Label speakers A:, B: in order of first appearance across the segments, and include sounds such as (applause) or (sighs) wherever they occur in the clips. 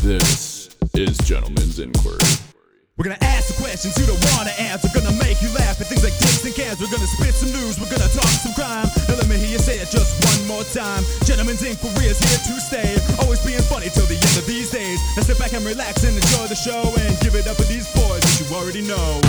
A: This is Gentleman's Inquiry.
B: We're gonna ask the questions you don't wanna ask. We're gonna make you laugh at things like dicks and cans. We're gonna spit some news. We're gonna talk some crime. Now let me hear you say it just one more time. Gentlemen's Inquiry is here to stay. Always being funny till the end of these days. Now sit back and relax and enjoy the show and give it up with these boys that you already know.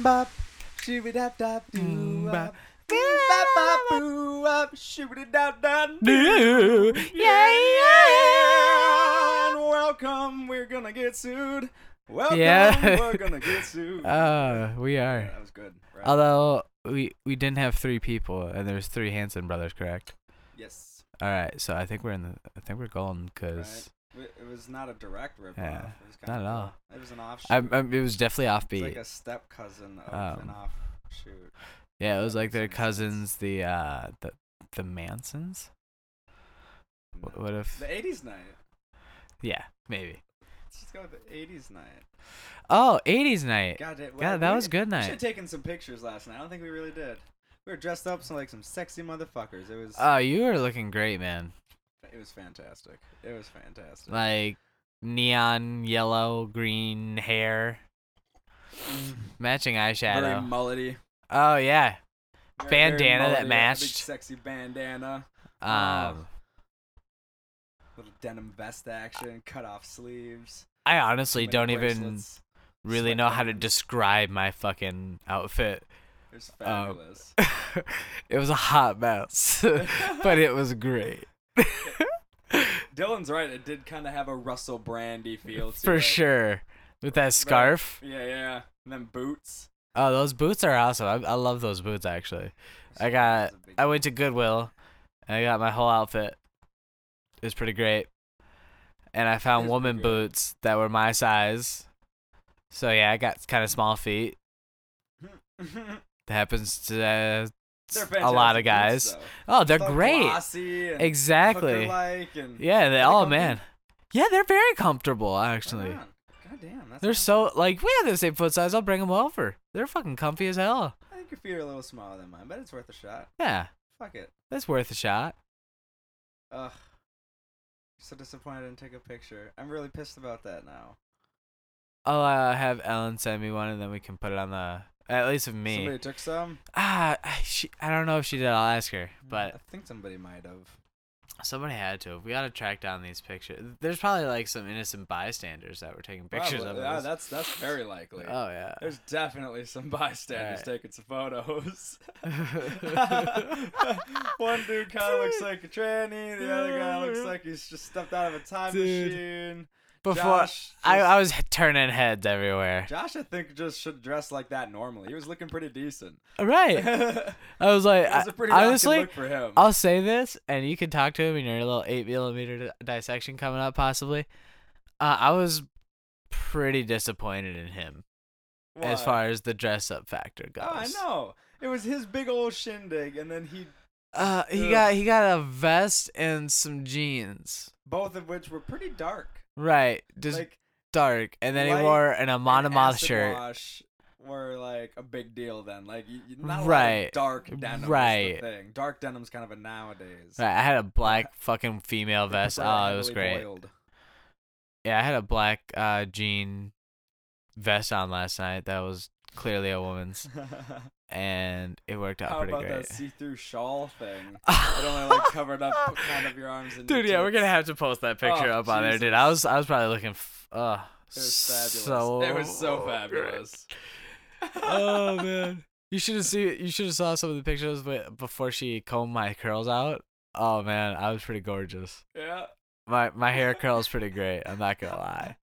C: bop, shooby dap dap doo bop. Bop bop boo up, shooby dap dap doo. (laughs) Yeah, yeah. And welcome, we're gonna get sued. Welcome,
D: Yeah.
C: we're gonna get sued.
D: (laughs) Uh, we are.
C: that was good. Right?
D: Although we we didn't have three people, and there's three Hanson brothers, correct?
C: yes.
D: All right, so I think we're in the I think we're golden because
C: Right. It was not a direct ripoff.
D: Yeah,
C: it was kind
D: not
C: of
D: at
C: cool. It was an offshoot.
D: I, I it was definitely
C: it's
D: offbeat.
C: like a step cousin of an
D: Um,
C: offshoot.
D: yeah, it was
C: that
D: like
C: makes
D: their
C: some sense.
D: cousins, the uh the the Mansons.
C: No.
D: Wh- What if?
C: The 80s night.
D: Yeah, maybe.
C: Let's just go with the 80s night.
D: Oh, 80s night.
C: God, it,
D: God, that was good
C: We should
D: night.
C: have taken some pictures last night. I don't think we really did. We were dressed up some, like some sexy motherfuckers. It was
D: Oh, you were looking great, man.
C: it was fantastic. It was fantastic.
D: Like neon yellow green hair, matching
C: Mm. Very
D: eyeshadow.
C: mullety.
D: Oh yeah.
C: Very, very
D: Bandana
C: mullety,
D: that
C: a big
D: matched.
C: sexy bandana.
D: Um,
C: Little denim vest action. Cut off sleeves.
D: I honestly
C: like
D: don't even
C: bracelets.
D: really know how to
C: sweatbands.
D: describe my fucking
C: (laughs)
D: outfit.
C: It was
D: uh, (laughs)
C: fabulous.
D: it was a hot mess, (laughs) but it was great.
C: Dylan's right. It did kind of have a Russell Brandy feel to
D: For
C: it.
D: sure. With that scarf.
C: Yeah, yeah. And then boots.
D: Oh, those boots are awesome. I, I love those boots actually. I got
C: It's a big-
D: I went to Goodwill and I got my whole outfit. It was pretty great. And I
C: It
D: found
C: is
D: woman
C: pretty good.
D: boots that were my size. So yeah, I got kind of small feet. That happens to uh,
C: (laughs) They're
D: a lot
C: fantastic boots,
D: of guys.
C: though.
D: Oh, they're
C: So
D: great.
C: glossy and
D: Exactly.
C: hooker-like and-
D: Yeah, they
C: They're
D: oh
C: comfy.
D: man. Yeah, they're very comfortable
C: Right
D: actually.
C: on. God damn, that's
D: They're
C: awesome.
D: so like we have the same foot size. I'll bring them over. They're fucking comfy as hell.
C: I think your feet are a little smaller than mine, but it's worth a shot.
D: Yeah,
C: Fuck it.
D: that's worth a shot.
C: Ugh. So disappointed I didn't take a picture. I'm really pissed about that now.
D: I'll uh, have Ellen send me one, and then we can put it on the at least of me.
C: Somebody took some.
D: Ah, I- she, I don't know if she did. I'll ask her. But
C: I think somebody might have.
D: somebody had to. We gotta track down these pictures. There's probably like some innocent bystanders that were taking pictures
C: Probably. Yeah,
D: of us.
C: that's that's very likely.
D: Oh yeah.
C: There's definitely some (laughs) bystanders
D: Alright.
C: taking some
D: (laughs)
C: photos. (laughs) One dude kind of looks like a tranny. The other guy looks like he's just stepped out of a time
D: Dude.
C: machine.
D: Before
C: Josh
D: I,
C: just-
D: I was h- turning heads everywhere.
C: Josh, I think, just should dress like that normally. He was looking pretty decent. (laughs)
D: Right.
C: it
D: I was like,
C: was a
D: I-
C: pretty honestly,
D: honestly,
C: look for him.
D: I'll say this, and you can talk to him in your little eight millimeter di- dissection coming up, possibly. Uh, I was pretty disappointed in him as
C: Why?
D: far as the dress up factor goes.
C: Oh, I know. It was his big old shindig, and then he,
D: Uh, he
C: Ugh.
D: got he got a vest and some jeans,
C: both of which were pretty dark.
D: right? Just
C: like
D: dark, and then
C: light
D: he wore an
C: an
D: Amonimoth
C: acid
D: shirt.
C: wash were like a big deal then. Like you, you- not a lot of
D: Right.
C: dark denim. is the
D: Right.
C: thing. Dark denim's kind of a nowadays.
D: Right, I
C: (laughs)
D: had a black fucking female
C: They
D: vest.
C: prefer
D: Oh, it was
C: heavily
D: great.
C: boiled. (laughs)
D: Yeah, I had a black uh jean vest on last night. That was clearly a woman's, and it worked out
C: How
D: pretty
C: about
D: great.
C: that
D: (laughs)
C: see-through shawl thing? it only like covered up kind of your arms and your
D: dude yeah we're gonna
C: tits.
D: have to post that picture
C: Oh,
D: up on there dude i was i was probably looking f- uh
C: It was fabulous.
D: so
C: it was so
D: great.
C: fabulous.
D: (laughs) oh man you should have seen you should have saw some of the pictures but before she combed my curls out oh man i was pretty gorgeous
C: Yeah.
D: my my hair curls pretty great i'm not gonna lie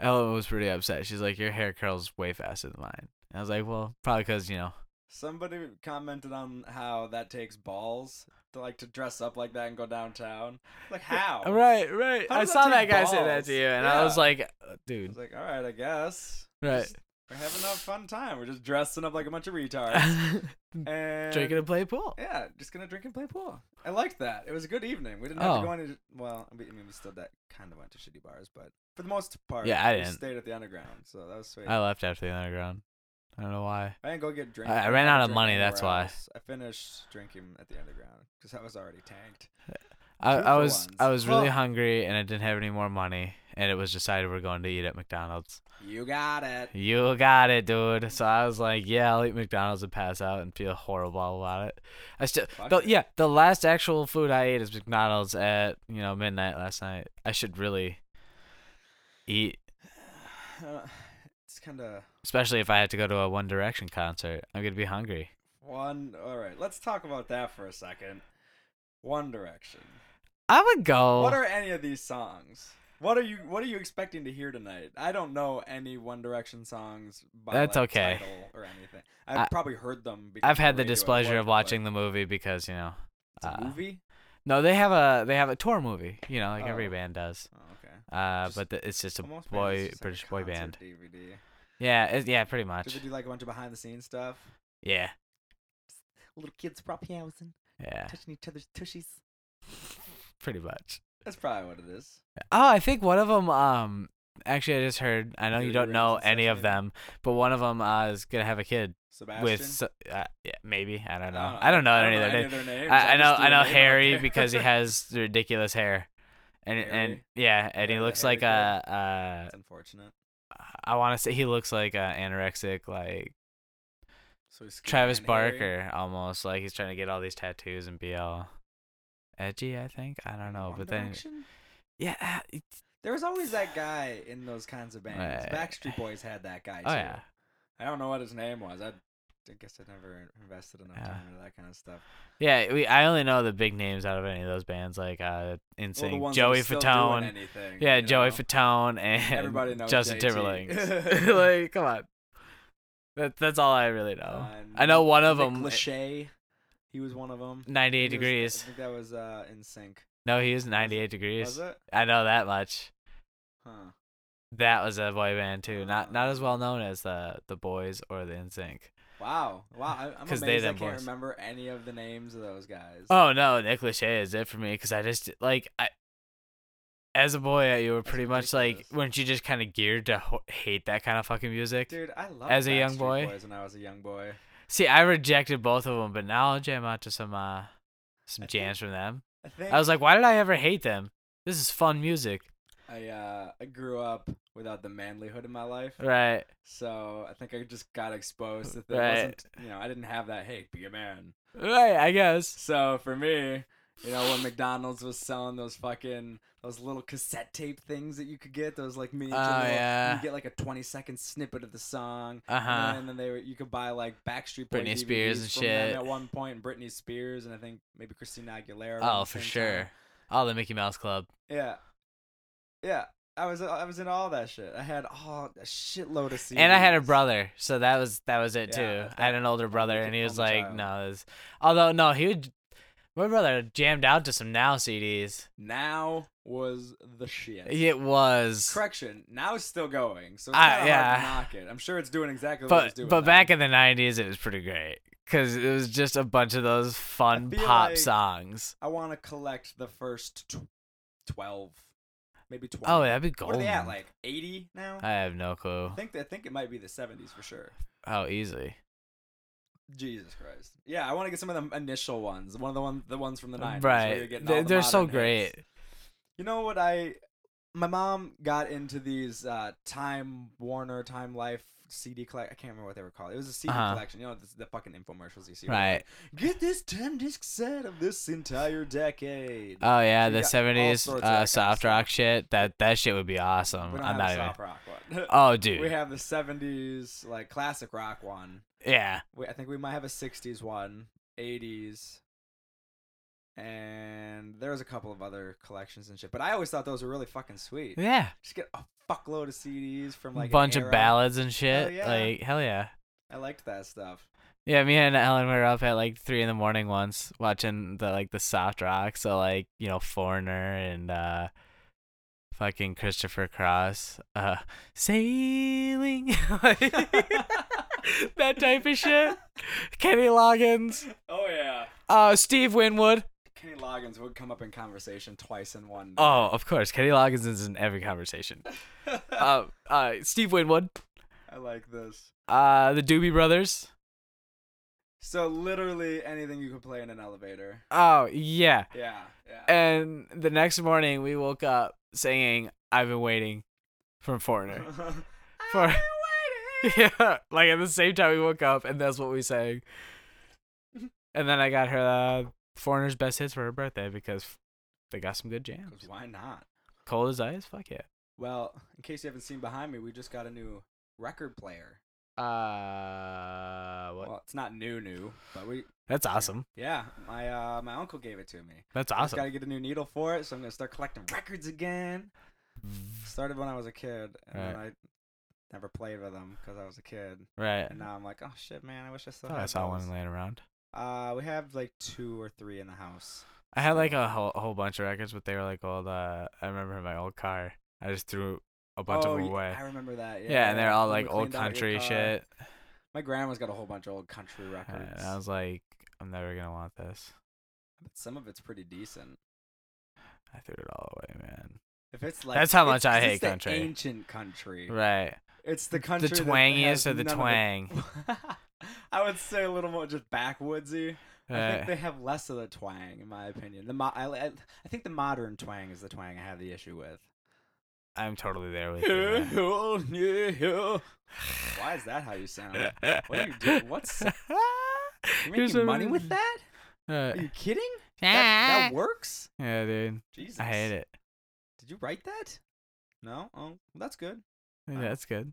D: ellen was pretty upset she's like your hair curls way faster than mine and i was like well probably because you know
C: Somebody commented on how that takes balls to like to dress up like that and go downtown. Like how?
D: right right
C: Oh. How
D: i
C: does that
D: saw that
C: take
D: guy say that
C: balls?
D: to you and i
C: Yeah.
D: was like "Uh,
C: I was
D: dude
C: like, all right, I guess.
D: right
C: Just- we're having a fun time. We're just dressing up like a bunch of
D: (laughs)
C: retards. And
D: drinking and play pool
C: Yeah, just gonna drink and play pool. I liked that. It was a good evening. We didn't have
D: Oh.
C: to go any. Well, I mean, we still that kind of went to shitty bars, but for the most part,
D: Yeah, I
C: we
D: didn't.
C: stayed at the underground, so that was sweet.
D: I left after the underground. I don't know why.
C: I didn't go get drinks.
D: I- I
C: didn't
D: ran
C: have a
D: out of
C: drink
D: money,
C: anywhere
D: that's why.
C: else. I finished drinking at the underground because I was already tanked.
D: I,
C: Two
D: I
C: for
D: was
C: ones.
D: I was really
C: Huh.
D: hungry and I didn't have any more money and it was decided we're going to eat at McDonald's.
C: You got it. (sighs)
D: You got it, dude. So I was like, yeah, I'll eat McDonald's and pass out and feel horrible about it. I still,
C: Fuck
D: the,
C: it.
D: yeah, the last actual food I ate is McDonald's at you know midnight last night. I should really eat,
C: Uh, it's kind of
D: especially if I had to go to a One Direction concert. I'm gonna be hungry.
C: one. All right, let's talk about that for a second. One Direction.
D: I would go.
C: What are any of these songs? What are you What are you expecting to hear tonight? I don't know any One Direction songs. By,
D: That's
C: like,
D: okay.
C: Title or anything. I've
D: I-
C: probably heard them. Because
D: I've had the displeasure of watching the movie because you know.
C: the
D: uh,
C: movie.
D: No, they have a they have a tour movie. You know, like every
C: Oh.
D: band does.
C: Oh, okay.
D: Uh,
C: Just-
D: but the, it's just a
C: Almost made
D: boy
C: this just like a
D: British boy
C: concert
D: band.
C: DVD.
D: Yeah, it, yeah, pretty
C: Did
D: much.
C: they do like a bunch of behind the scenes stuff?
D: Yeah,
C: Little kids proposing,
D: yeah,
C: touching each other's tushies.
D: (laughs) pretty much.
C: That's probably what it is.
D: Oh, I think one of them. Um, actually, I just heard. I know you
C: Dude,
D: don't
C: Rose
D: know
C: is
D: any
C: such
D: of
C: a-
D: them, but one of them uh, is gonna have a kid
C: Sebastian.
D: with. so- Uh, yeah, maybe I don't know.
C: don't
D: I don't know, any
C: know
D: of their
C: any
D: names.
C: of their names.
D: I, I
C: just
D: know.
C: threw
D: I
C: a
D: know
C: name out
D: Harry
C: there. (laughs)
D: because he has the ridiculous hair, and and
C: Harry?
D: yeah, and he
C: Yeah, the
D: looks
C: hairy
D: like
C: kid.
D: a.
C: That's
D: a
C: unfortunate.
D: I want to say he looks like a anorexic like
C: So he's skinny
D: Travis
C: and hairy.
D: Barker almost like he's trying to get all these tattoos and be all edgy. I think I don't know,
C: One
D: but then
C: Direction?
D: yeah, ah, it-
C: there was always that guy in those kinds of bands.
D: Right.
C: Backstreet Boys had that guy.
D: oh
C: too.
D: yeah,
C: I don't know what his name was. I, I guess I never invested enough
D: Yeah.
C: time into that kind of stuff.
D: yeah. We I only know the big names out of any of those bands like
C: Well,
D: uh,
C: the
D: Insane,
C: ones that are
D: Joey
C: still doing
D: Fatone,
C: anything,
D: yeah,
C: you
D: Joey
C: know?
D: Fatone and
C: Everybody knows
D: Justin
C: JT. (laughs)
D: Timberlake. (laughs) like, come on, that that's all I really know.
C: Um,
D: I know one of
C: Nick
D: them. eh,
C: Lachey, he was one of them.
D: Ninety-eight degrees.
C: I think that was uh, in sync.
D: No, he is ninety-eight degrees.
C: Was it?
D: I know that much.
C: Huh.
D: That was a boy band too. Not not as
C: Ah.
D: well known as the the boys or the NSYNC.
C: Wow. Wow. I, I'm amazed
D: 'Cause they
C: I
D: them
C: can't
D: boys.
C: remember any of the names of those guys.
D: Oh no, Nick Lachey is it for me because I just like I. As a boy, you were pretty much like,
C: ridiculous.
D: weren't you just kind of geared to ho- hate that kind of fucking music?
C: Dude, I love
D: As a young boy?
C: Boys when I was a young boy.
D: See, I rejected both of them, but now I'll jam out to some uh, some
C: I think-
D: jams from them.
C: I think
D: I was like, why did I ever hate them? This is fun music,
C: I uh I grew up without the manlyhood in my life,
D: right?
C: so I think I just got exposed that there
D: Right.
C: wasn't. You know, I didn't have that. Hey, be a man.
D: Right, I guess.
C: So for me, you know, when McDonald's was selling those fucking those little cassette tape things that you could get, those like miniature,
D: Oh,
C: little-
D: yeah.
C: you get like a twenty second snippet of the song,
D: Uh
C: and, then,
D: huh.
C: and then they were, you could buy like Backstreet Boy
D: Britney
C: DVDs
D: Spears and
C: from them
D: shit.
C: at one point, and Britney Spears and I think maybe Christina Aguilera. around
D: Oh,
C: the
D: for
C: same
D: sure.
C: time.
D: Oh, the Mickey Mouse Club.
C: Yeah, yeah. I was I was in all that shit. I had all a shitload of CDs.
D: and I had a brother, so that was that was it
C: Yeah,
D: too. I
C: that-
D: had an older brother,
C: kid-
D: and he was
C: only
D: like,
C: child.
D: no, this. Although no, he would. My brother jammed out to some now CDs.
C: Now was the shit.
D: It was,
C: Correction. Now it's still going, so it's
D: Ah,
C: kind of hard
D: yeah.
C: to knock it. I'm sure it's doing exactly what it's
D: but
C: doing.
D: but
C: now.
D: back in the '90s, it was pretty great because it was just a bunch of those fun
C: feel
D: pop
C: like-
D: songs.
C: I want to collect the first tw- twelve, maybe twenty.
D: Oh, that'd be
C: What
D: golden.
C: are they at? Like eighty now?
D: I have no clue
C: I think I think it might be the seventies for sure.
D: how easily.
C: Jesus Christ. Yeah, I want to get some of the initial ones. One of the one the ones from the nineties.
D: Right, they're, they're so great.
C: You know what I? My mom got into these uh, Time Warner, Time Life CD collect. I can't remember what they were called. It was a CD
D: Uh-huh.
C: collection. You know, this, the fucking infomercials you see. where
D: Right?
C: it's like, Get this ten disc set of this entire decade.
D: Oh yeah,
C: You
D: the
C: got all
D: '70s
C: sorts of that kind
D: uh,
C: of
D: soft
C: stuff.
D: rock shit. That that shit would be awesome.
C: we don't
D: I'm
C: have
D: not
C: a
D: even.
C: soft rock one. (laughs)
D: Oh dude,
C: we have the '70s like classic rock one.
D: yeah.
C: We, I think we might have a '60s one, '80s, and there was a couple of other collections and shit. But I always thought those were really fucking sweet.
D: Yeah.
C: Just get a fuckload of CDs from like an
D: bunch of
C: era.
D: ballads and shit.
C: yeah.
D: Like hell yeah.
C: I liked that stuff.
D: Yeah, me and Ellen were up at like three in the morning once watching the like the soft rock. So like, you know, Foreigner and uh fucking Christopher Cross. Uh sailing (laughs) Like, that type of shit. Kenny Loggins.
C: Oh yeah.
D: Uh Steve Winwood.
C: Kenny Loggins would come up in conversation twice in one.
D: Oh, of course. Kenny Loggins is in every (laughs) conversation. Uh, uh Steve Winwood.
C: I like this.
D: Uh the Doobie Brothers.
C: So literally anything you could play in an elevator.
D: Oh, yeah.
C: Yeah.
D: Eh.
C: (laughs) Yeah.
D: And the next morning we woke up singing I've been waiting from Foreigner. For (laughs) Yeah. Like at the same time we woke up and that's what we sang. And then I got her uh, Foreigner's best hits for her birthday because they got some good jams.
C: 'Cause why not?
D: Cold as ice, fuck yeah.
C: Well, in case you haven't seen behind me, we just got a new record player.
D: Uh what?
C: Well, it's not new, new, but we
D: That's awesome.
C: yeah, my uh my uncle gave it to me.
D: That's
C: I just
D: awesome.
C: gotta get a new needle for it, so I'm gonna start collecting records again. Started when I was a kid, and then I never played with them because I was a kid.
D: Right.
C: And now I'm like, oh shit, man, I wish I still.
D: Thought I
C: had
D: saw one
C: those."
D: laying around.
C: Uh, we have like two or three in the house.
D: I had like a whole, a whole bunch of records, but they were like old. Uh, I remember my old car. I just threw a bunch
C: oh,
D: of
C: y-
D: them away.
C: I remember that.
D: Yeah,
C: Yeah,
D: and they're all
C: You
D: like old
C: cleaned out your
D: country
C: car.
D: shit.
C: My grandma's got a whole bunch of old country
D: And
C: records.
D: I was like, I'm never gonna want this.
C: but some of it's pretty decent.
D: I threw it all away, man.
C: If it's like
D: That's how
C: it's-
D: much I
C: 'cause
D: hate
C: it's the
D: country.
C: ancient country.
D: Right.
C: It's the country.
D: the
C: that
D: twangiest
C: has
D: of the
C: none
D: twang.
C: (laughs) I would say a little more just backwoodsy. (laughs) I think
D: Right.
C: they have less of the twang, in my opinion. The mo- I, I, I think the modern twang is the twang I have the issue
D: (laughs)
C: with.
D: I'm totally there with you.
C: (laughs)
D: man. (laughs)
C: Why is that how you
D: (laughs)
C: sound? What are you doing? What's you
D: Here's
C: making
D: a-
C: money with that?
D: Uh,
C: Are
D: (laughs)
C: you kidding? That, that works.
D: yeah, dude.
C: Jesus,
D: Eh. I hate it.
C: Did you write that? No. Oh, well, that's good.
D: Yeah, that's good.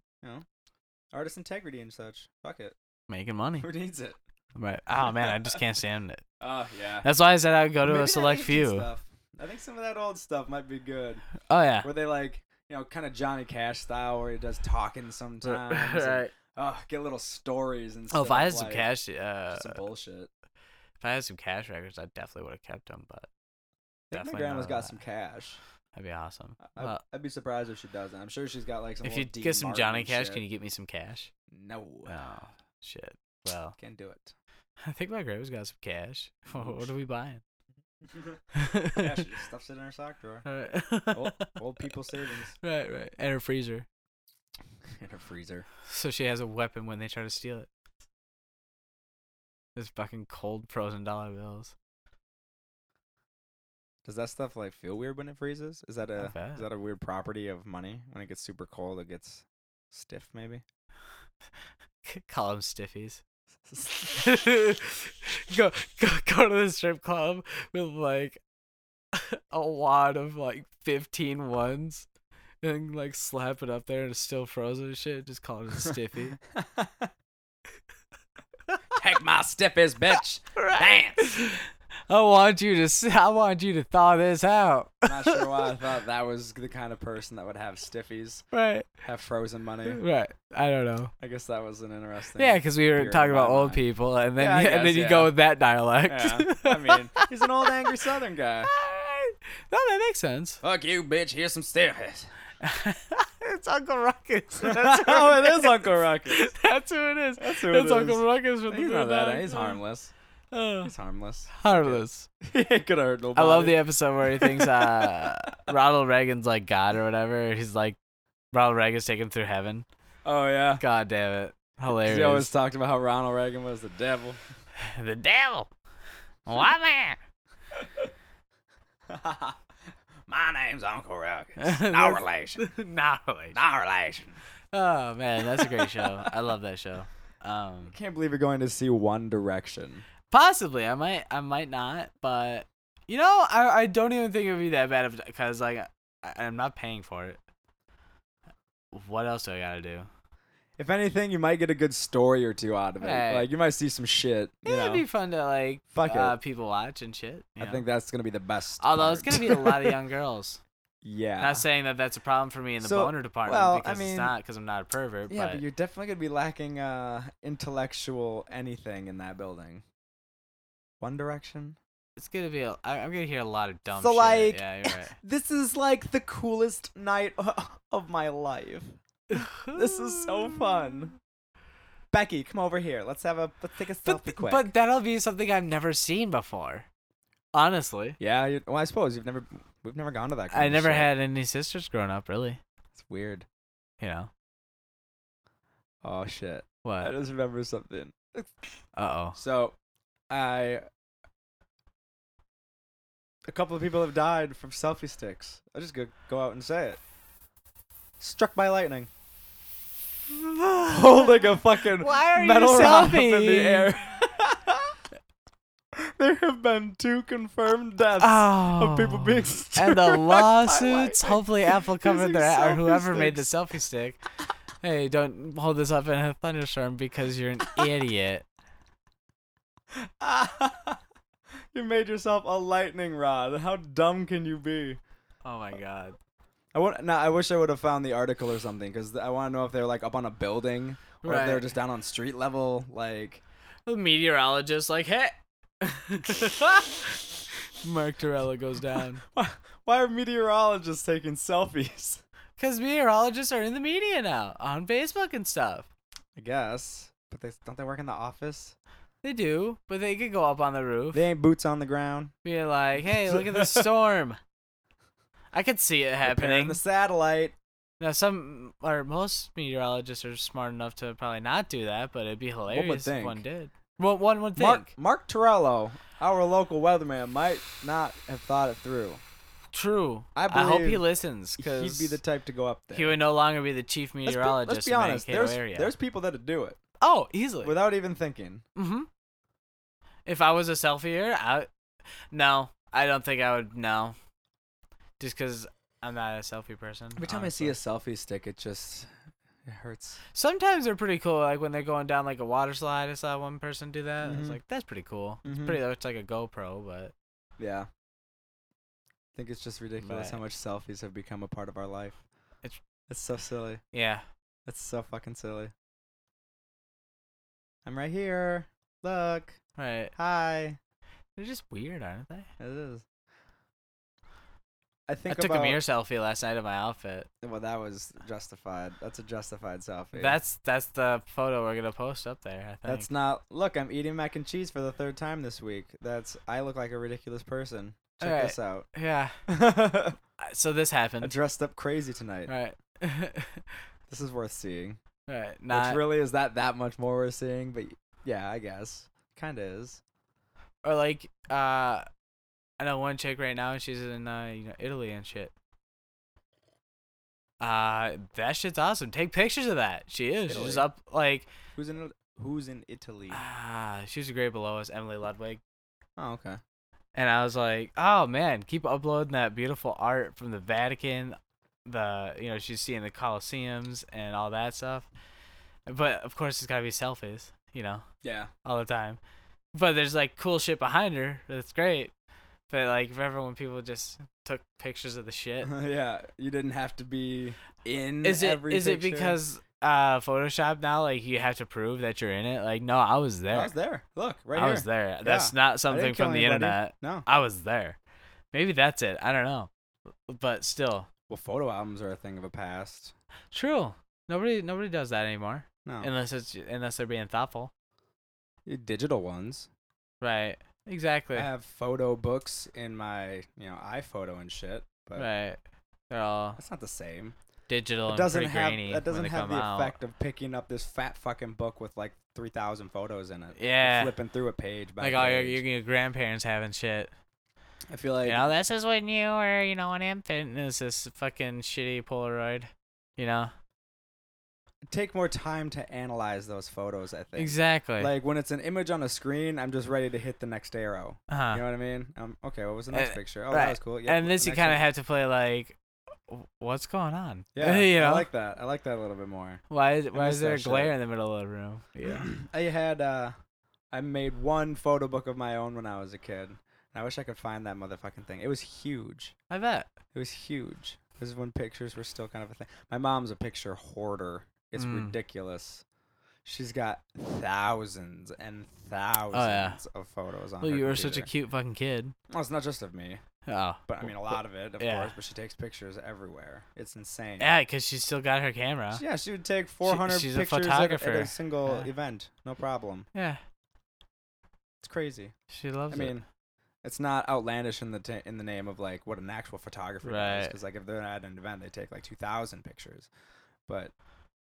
C: Artist integrity and such. Fuck it.
D: Making money.
C: Who needs it? (laughs)
D: Right. Oh man, I just can't stand it.
C: Oh yeah.
D: That's why I said I would go to
C: Maybe
D: a
C: that
D: select
C: ancient
D: few.
C: Stuff. I think some of that old stuff might be good.
D: Oh
C: (laughs)
D: yeah. (laughs)
C: Where they like, you know, kind of Johnny Cash style, where he does talking sometimes. and,
D: (laughs) right.
C: oh, get little stories and stuff.
D: Oh, if I had some
C: like,
D: cash, uh,
C: just some bullshit.
D: if I had some cash records, I definitely would have kept them.
C: I
D: But
C: think my
D: definitely
C: grandma's
D: none
C: got
D: of that.
C: some cash.
D: That'd be awesome.
C: I,
D: Well,
C: I'd be surprised if she doesn't. I'm sure she's got like some.
D: if you
C: little Dean
D: get some
C: Martin
D: Johnny
C: and
D: Cash,
C: shit.
D: can you Oh. get me some cash?
C: No.
D: Oh shit.
C: (laughs)
D: Well,
C: Can't do
D: (laughs)
C: it.
D: I think my grandma's got some cash. (laughs) what are we buying?
C: yeah,
D: (laughs)
C: she just stuffs it in her sock drawer.
D: Alright. (laughs)
C: Old, old people savings (laughs)
D: right, right. And her freezer,
C: in her freezer.
D: so she has a weapon when they try to steal it. This fucking cold frozen dollar bills. (laughs)
C: Does that stuff like feel weird when it freezes? Is that
D: I
C: a
D: bet.
C: is that a weird property of money? When it gets super cold, it gets stiff,
D: (laughs)
C: maybe.
D: Call them stiffies. (laughs) go go go to the strip club with like (laughs) a wad of like 15 ones and like slap it up there and it's still frozen and shit just call it a
C: (laughs)
D: stiffy
C: Take my stiffies, bitch. Dance.
D: i want you to s- i want you to thaw this out
C: Not sure why I thought that was the kind of person that would have stiffies,
D: (laughs) right
C: have frozen money.
D: right i don't know
C: I guess that was an interesting.
D: yeah because we were
C: You're
D: talking
C: in
D: about
C: my
D: old
C: mind.
D: people and then
C: Yeah, I
D: you, (laughs) and then
C: guess,
D: you
C: yeah.
D: go with that dialect
C: Yeah, (laughs)
D: (laughs)
C: I mean, he's an old angry Southern guy.
D: no that
C: (laughs)
D: makes sense (laughs)
C: Fuck you, bitch. Here's some (laughs) stiffies.
D: it's
C: (laughs)
D: uncle ruckus That's what
C: oh, it is Uncle Ruckus.
D: (laughs) That's who it is. That's
C: who it
D: That's
C: is.
D: Uncle Ruckus with the
C: He's not
D: good
C: that.
D: eyes.
C: He's harmless.
D: Uh,
C: He's (laughs) harmless.
D: harmless.
C: he could have hurt nobody.
D: I love the episode where he (laughs) thinks uh, Ronald Reagan's like God or whatever. He's like Ronald Reagan's taking him through heaven.
C: Oh yeah.
D: God damn it.
C: 'Cause
D: Hilarious.
C: He always talked about how Ronald Reagan was the devil.
D: the devil. Why (laughs) man?
C: My name's Uncle (laughs) Ruckus.
D: That's-
C: relation.
D: no relation.
C: No relation.
D: Oh man, that's a great (laughs) show. I love that show. Um,
C: Can't believe you're going to see One Direction.
D: Possibly, I might, I might not, but you know, I, I don't even think it would be that bad if because like I, I'm not paying for it. What else do I gotta do?
C: If anything, you might get a good story or two out of it.
D: Hey.
C: Like you might see some shit. You
D: It'd
C: know?
D: be fun to like
C: Fuck it.
D: uh, people watch and shit. you
C: I
D: know?
C: think that's gonna be the best.
D: although it's
C: part.
D: gonna be a lot of young girls.
C: (laughs) yeah.
D: Not saying that that's a problem for me in the
C: So,
D: boner department
C: well, I
D: because
C: mean-
D: it's not because I'm not a pervert.
C: Yeah, but,
D: but,
C: you're definitely gonna be lacking uh, intellectual anything in that building. One Direction.
D: it's gonna be. A, I, I'm gonna hear a lot of dumb.
C: So,
D: shit.
C: like-
D: yeah, you're right.
C: This is like the coolest night (laughs) of my life. (laughs)
D: (laughs)
C: This is so fun. Becky, come over here. Let's have a let's take a selfie
D: But, th-
C: quick.
D: but that'll be something I've never seen before. Honestly.
C: yeah, you well, I suppose you've never we've never gone to that. Kind
D: I
C: of
D: never
C: shit.
D: had any sisters growing up, really.
C: It's weird.
D: You know
C: Oh shit! I
D: what?
C: just remember something. (laughs)
D: Uh oh.
C: So, I a couple of people have died from selfie sticks. I just go go out and say it. Struck by lightning, holding a fucking
D: Why are you
C: metal rock up in the
D: selfieing? (laughs)
C: air. (laughs) there have been two confirmed deaths
D: Oh.
C: of people being (laughs)
D: (laughs) and the
C: struck by
D: lawsuits.
C: lightning.
D: Hopefully, Apple covered
C: Using
D: their or
C: selfie
D: whoever made the selfie stick. Hey, don't hold this up in a thunderstorm because
C: (laughs)
D: you're an idiot.
C: (laughs)
D: Oh
C: you made yourself a lightning rod. How dumb can you be?
D: Oh my god.
C: I want. Now I wish I would have found the article or something because I want to know if they're like up on a building or if they're
D: Right.
C: just down on street level. Like,
D: The meteorologist, like, hey. (laughs) Mark Torello goes
C: (laughs)
D: down.
C: why, why are meteorologists taking selfies? (laughs)
D: Because meteorologists are in the media now on Facebook and stuff.
C: I guess, but they don't they work in the office?
D: They do, but they could go up on the roof.
C: They ain't boots on the ground.
D: Be like, hey, look
C: (laughs)
D: at the storm. I could see it
C: Repairing
D: happening.
C: the satellite.
D: Now, some or most meteorologists are smart enough to probably not do that, but it'd be hilarious if
C: think.
D: one did. Well, one would think.
C: Mark Mark Torello, our local weatherman, might not have thought it through.
D: True.
C: I
D: hope he
C: believe
D: listens
C: He'd
D: because
C: be the type to go up there.
D: he would no longer be the chief
C: Let's be-
D: meteorologist
C: Let's be,
D: in
C: honest.
D: Mankato
C: There's
D: area.
C: there's people that do it
D: oh, easily.
C: without even thinking.
D: mm-hmm. If I was a selfier, I no, I don't think I would. No, just because I'm not a selfie person.
C: Every time I see a
D: honestly.
C: selfie stick, it just it hurts.
D: Sometimes they're pretty cool, like when they're going down like a water slide. I saw one person do that. I was
C: Mhm.
D: like, that's pretty cool.
C: Mhm.
D: It's pretty. It's like a GoPro, but
C: Yeah. I think it's just ridiculous how
D: But-
C: much selfies have become a part of our life.
D: It's-
C: it's so silly.
D: yeah.
C: It's so fucking silly. I'm right here. Look.
D: Right.
C: Hi.
D: They're just weird, aren't they?
C: It is. I
D: I
C: think
D: took
C: about,
D: a mirror selfie last night of my outfit.
C: Well, that was justified. That's a justified selfie.
D: That's that's the photo we're gonna post up there. I think.
C: that's not. Look, I'm eating mac and cheese for the third time this week. That's I look like a ridiculous person. Check
D: Alright.
C: this out.
D: yeah.
C: (laughs) I
D: Uh, So this happened.
C: dressed up crazy tonight.
D: Right. (laughs)
C: This is worth seeing.
D: right. Not
C: Which really is that that much more we're seeing, but yeah, I guess kind of is.
D: or like uh, I know one chick right now, and she's in uh, you know Italy and shit. Uh, that shit's awesome. Take pictures of that. She is. She's
C: Italy.
D: just up like
C: Who's in It- Who's in Italy?
D: ah, she was a grade below us, Emily Ludwig.
C: Oh, okay.
D: And I was like, oh man, keep uploading that beautiful art from the Vatican, the you know she's seeing the Colosseums and all that stuff. But of course, it's gotta be selfies, you know,
C: Yeah.
D: all the time. But there's like cool shit behind her that's great. But like remember when people just took pictures of the shit?
C: (laughs) yeah. You didn't have to be Uh-huh. in.
D: Is it
C: every
D: is it
C: picture.
D: because uh Photoshop now like you have to prove that you're in it? Like no, I was there.
C: I was there? Look, right
D: I
C: here.
D: was there. That's not
C: I didn't
D: something
C: kill
D: from the
C: anybody.
D: internet.
C: No.
D: I was there. Maybe that's it. I don't know. But still,
C: Well, photo albums are a thing of a past.
D: true. Nobody nobody does that anymore
C: No.
D: unless it's unless they're being thoughtful.
C: Digital ones.
D: Right. Exactly.
C: I have photo books in my, you know, iPhoto and shit, but
D: right. They're all
C: that's not the same.
D: digital
C: it
D: and
C: doesn't
D: pretty
C: have
D: grainy
C: that doesn't
D: when they
C: have
D: come
C: the
D: out.
C: effect of picking up this fat fucking book with like three thousand photos in it. and
D: Yeah.
C: flipping through a page. By
D: like oh, all your,
C: page.
D: your, your grandparents having shit.
C: I feel like
D: you know, this is when you were, you know, an infant. And it's this fucking shitty Polaroid. You know,
C: take more time to analyze those photos. I think
D: exactly.
C: Like when it's an image on a screen, I'm just ready to hit the next arrow.
D: uh-huh.
C: You know what I mean? Um, okay, what was the next
D: Uh,
C: picture? Oh, that
D: right.
C: was cool. Yep,
D: and this you
C: next one.
D: kind of have to play like, "W- what's going on? (laughs)
C: Yeah,
D: you know,
C: I like that. I like that a little bit more.
D: why is why
C: miss
D: is there
C: that
D: a
C: shit.
D: glare in the middle of the room? Yeah.
C: (clears throat) I had uh, I made one photo book of my own when I was a kid. And I wish I could find that motherfucking thing. It was huge.
D: (clears throat) I bet.
C: It was huge. This is when pictures were still kind of a thing. My mom's a picture hoarder. It's
D: Mm.
C: ridiculous. She's got thousands and thousands of photos on
D: Oh, Well,
C: her
D: you were such a
C: computer.
D: cute fucking kid.
C: Well, it's not just of me,
D: Oh,
C: but I mean a lot of it, of
D: yeah.
C: course. But she takes pictures everywhere. It's insane.
D: Yeah, because she still got her camera.
C: Yeah, she would take 400
D: she's a
C: pictures at- at,
D: photographer.
C: a single
D: Yeah.
C: event. No problem.
D: yeah,
C: It's crazy.
D: she loves
C: I mean, it's not outlandish in the ta in the name of like what an actual photographer does,
D: Right.
C: because like if they're at an event, they take like two thousand pictures, but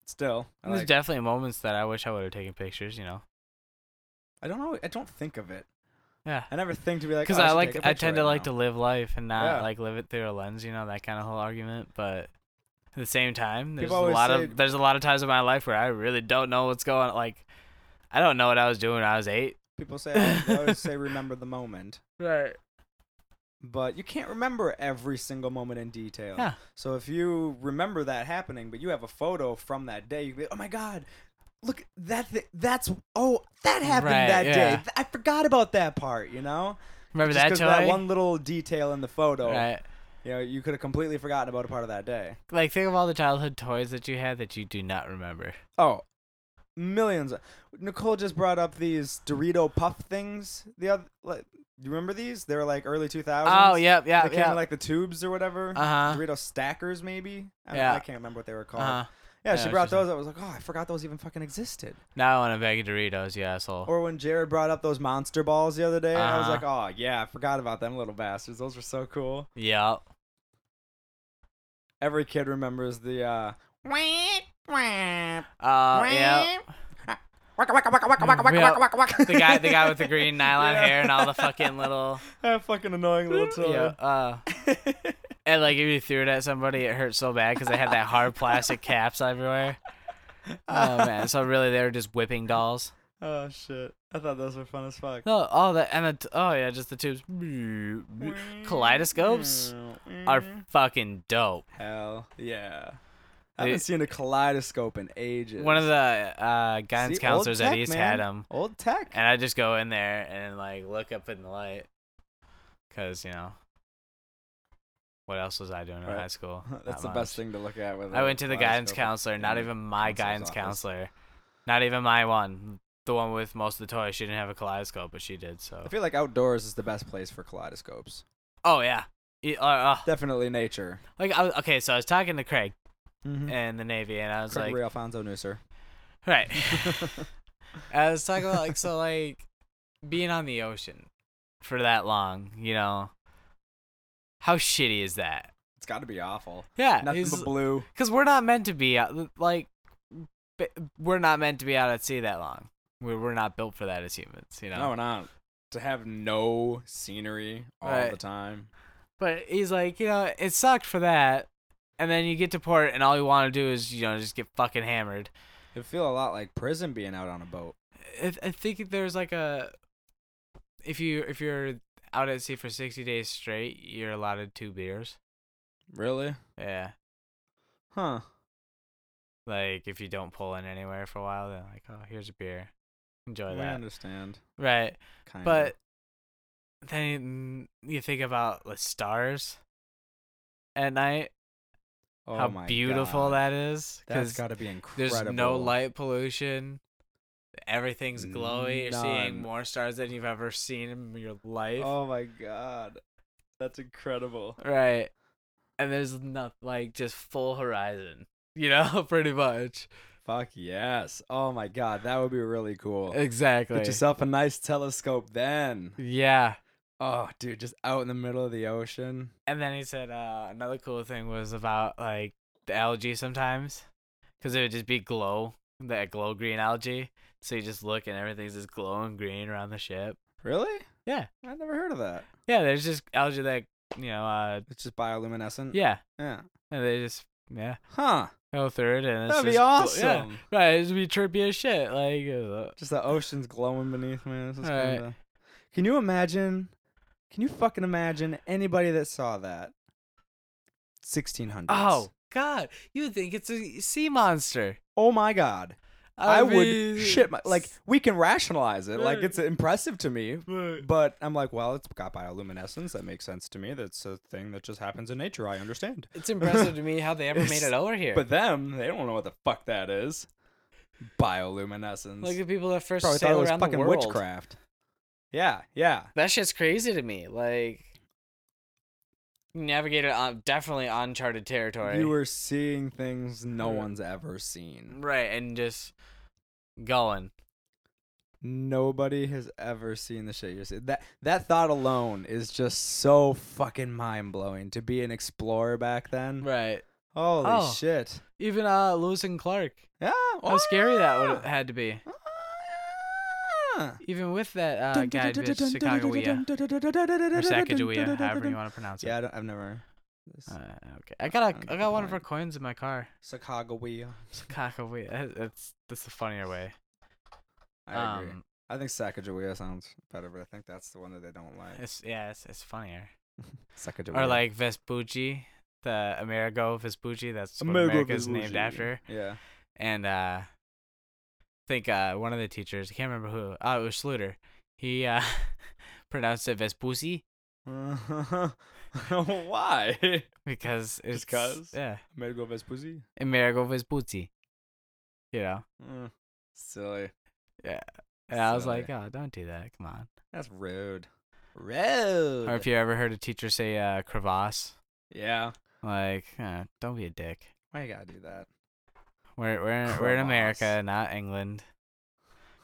C: still, I
D: it. There's
C: like-
D: definitely moments that I wish I would have taken pictures. You know,
C: I don't know. I don't think of it.
D: Yeah.
C: I never think to be
D: (laughs)
C: like.
D: Because
C: oh,
D: I
C: should
D: like,
C: take a
D: I
C: picture
D: tend
C: right
D: to like
C: now.
D: to live life and not
C: Yeah.
D: like live it through a lens, you know, that kind of whole argument. But at the same time, there's
C: People
D: a
C: always
D: lot
C: say-
D: of there's a lot of times in my life where I really don't know what's going. Like, I don't know what I was doing when I was eight.
C: People say I
D: (laughs)
C: always say remember the moment,
D: Right.
C: but you can't remember every single moment in detail.
D: Yeah.
C: So if you remember that happening, but you have a photo from that day, you can be, oh my god, look that th- that's oh that happened
D: Right,
C: that day.
D: yeah.
C: Th- I forgot about that part. You know,
D: Remember
C: Just
D: that
C: 'cause
D: toy?
C: that one little detail in the photo,
D: Right.
C: you know, you could have completely forgotten about a part of that day.
D: Like, think of all the childhood toys that you had that you do not remember.
C: Oh, millions. Nicole just brought up these Dorito puff things. The other, like, you remember these? They were like early 2000s.
D: Oh, yep,
C: They
D: yeah,
C: came
D: yeah.
C: in like the tubes or whatever.
D: Uh-huh.
C: Dorito stackers, maybe. I, don't,
D: Yeah.
C: I can't remember what they were called.
D: uh-huh.
C: Yeah,
D: I know
C: she
D: what
C: brought
D: you're
C: those. I was like, oh, I forgot those even fucking existed.
D: Now I want a bag of Doritos, you asshole.
C: Or when Jared brought up those monster balls the other day, I was
D: Uh-huh.
C: like, oh yeah, I forgot about them little bastards. Those were so cool.
D: yeah.
C: Every kid remembers the. uh
D: Uh, yeah. The guy, the guy with the green nylon
C: Yeah.
D: hair and all the
C: (laughs)
D: fucking little.
C: That fucking annoying little toy.
D: (laughs) Yeah. Uh, and like if you threw it at somebody, it hurt so bad because they had that hard plastic caps everywhere. Oh man! So really, they were just whipping dolls.
C: Oh shit! I thought those were fun as fuck.
D: No, all that and the t- oh yeah, just the tubes. (laughs) Kaleidoscopes are fucking dope.
C: Hell yeah! I
D: They-
C: haven't seen a kaleidoscope in ages.
D: One of the uh,
C: See,
D: guidance
C: old
D: counselors at
C: tech,
D: East
C: man.
D: had 'em. had them,
C: Old tech.
D: and I just go in there and like look up in the light, cause you know, what else was I doing in
C: Right.
D: high school?
C: (laughs) (laughs) That's the
D: Not much.
C: best thing to look at with.
D: I
C: a
D: went to the guidance
C: kaleidoscope
D: counselor,
C: in
D: not
C: the
D: even my
C: counselor's
D: guidance
C: office.
D: counselor, not even my one, the one with most of the toys. She didn't have a kaleidoscope, but she did.
C: I
D: So,
C: feel like outdoors is the best place for kaleidoscopes.
D: oh yeah, E- uh, uh,
C: Definitely nature.
D: like I, okay. So I was talking to Craig
C: Mm-hmm.
D: in the Navy, and I was like,
C: Gregory Alfonso (laughs)
D: (laughs)
C: Neusser.
D: right.
C: (laughs)
D: I was talking about like so like being on the ocean for that long, you know. How shitty is that?
C: It's got to be awful.
D: Yeah,
C: Nothing but blue.
D: because we're not meant to be out, like b- we're not meant to be out at sea that long. We're we're not built for that as humans, you know.
C: No, not to have no scenery all
D: Right.
C: the time.
D: But he's like, you know, it sucked for that, and then you get to port, and all you want to do is, you know, just get fucking hammered.
C: It'd feel a lot like prison being out on a boat.
D: I, I think there's like a if you if you're out at sea for sixty days straight, you're allotted two beers.
C: Really?
D: Yeah.
C: Huh.
D: Like if you don't pull in anywhere for a while, then like, oh, here's a beer, enjoy
C: I
D: that.
C: understand.
D: Right,
C: Kind
D: but then you think about the stars at night,
C: oh
D: how
C: my
D: beautiful
C: God.
D: that is.
C: That's
D: 'cause
C: got to be incredible.
D: there's no light pollution. Everything's glowy. You're
C: None.
D: seeing more stars than you've ever seen in your life.
C: Oh my god, that's incredible.
D: Right. And there's not like just full horizon, you know, (laughs) pretty much.
C: Fuck yes. Oh my god, that would be really cool.
D: Exactly.
C: Get yourself a nice telescope then.
D: yeah.
C: Oh, dude, just out in the middle of the ocean.
D: And then he said uh, another cool thing was about like the algae sometimes, because it would just be glow, that glow green algae. So you just look and everything's just glowing green around the ship.
C: Really?
D: Yeah.
C: I've never heard of that.
D: Yeah, there's just algae that, you know, uh,
C: It's just bioluminescent.
D: yeah.
C: Yeah.
D: And they just, yeah,
C: Huh.
D: go through it. And it's
C: That'd be
D: just
C: awesome.
D: glo- yeah. Right. It'd be trippy as shit. Like, uh,
C: Just the ocean's glowing beneath me. This is
D: Right.
C: kinda... Can you imagine? Can you fucking imagine anybody that saw that? 1600s.
D: Oh God! You would think it's a sea monster.
C: Oh my god. I, would
D: mean,
C: shit my
D: (laughs)
C: like we can rationalize it. Like
D: Right.
C: it's impressive to me.
D: Right.
C: But I'm like, well, it's got bioluminescence. That makes sense to me. That's a thing that just happens in nature. I understand.
D: It's impressive to me how (laughs) they ever made
C: It's-
D: it over here.
C: But them, they don't know what the fuck that is. Bioluminescence.
D: like the people that first
C: Probably thought it
D: (laughs) sailed
C: was
D: around
C: fucking
D: the world.
C: witchcraft. Yeah, yeah.
D: That shit's crazy to me. Like navigated on definitely uncharted territory.
C: You were seeing things no
D: Right.
C: one's ever seen.
D: right, and just going.
C: Nobody has ever seen the shit you're seeing. That that thought alone is just so fucking mind blowing. To be an explorer back then.
D: Right.
C: Holy
D: Oh.
C: shit.
D: Even uh Lewis and Clark.
C: Yeah.
D: How scary that would had to be.
C: Huh.
D: Even with that uh, guy, bitch, Chicagoia or Sacagawea, however you want to pronounce it.
C: Yeah, I don't, I've never. This-
D: Uh, okay, I got
C: Sounds
D: a, I got one of her
C: annoying.
D: coins in my car.
C: Sacagawea.
D: Chicagoia. That- (laughs) That's that's a funnier way.
C: I agree.
D: um,
C: I think Sacagawea sounds better, but I think that's the one that they don't like.
D: it's yeah, it's it's funnier.
C: Sacagawea.
D: Or like Vespucci, the Amerigo Vespucci. That's what
C: Amerigo
D: America's named
C: Vespucci.
D: after.
C: Yeah. (laughs)
D: and uh I think uh one of the teachers, I can't remember who oh it was Schluter. He uh (laughs) pronounced it Vespucci
C: Why?
D: because it's
C: 'cause?
D: yeah.
C: Amerigo Vespucci.
D: Amerigo Vespucci. You know?
C: Mm, silly.
D: And I was like, oh don't do that. Come on.
C: That's rude. Rude.
D: Or if you ever heard a teacher say uh crevasse,
C: yeah.
D: like, uh, don't be a dick.
C: Why you gotta do that?
D: We're we're we're in America,
C: Crevasse.
D: not England.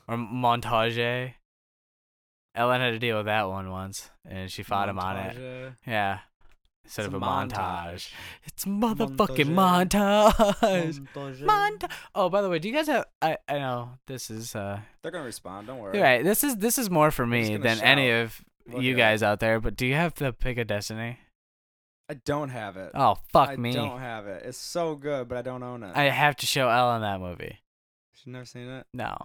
D: Or montage. Ellen had to deal with that one once and she fought him on it.
C: Montage.
D: Yeah. Instead
C: It's
D: of
C: a
D: a montage. It's motherfucking
C: motherfucking (laughs)
D: montage.
C: Montage.
D: Montage. Oh, by the way, do you guys have? I I know this is uh.
C: They're gonna respond. Don't worry.
D: You're right. This is this is more for me
C: gonna
D: than any
C: shout.
D: of
C: Look
D: you
C: at
D: guys out there. But do you have the pick of destiny?
C: I don't have it.
D: Oh fuck
C: Uh, I
D: me!
C: don't have it. It's so good, but I don't own it.
D: I have to show Ellen that movie.
C: She's never seen it.
D: No,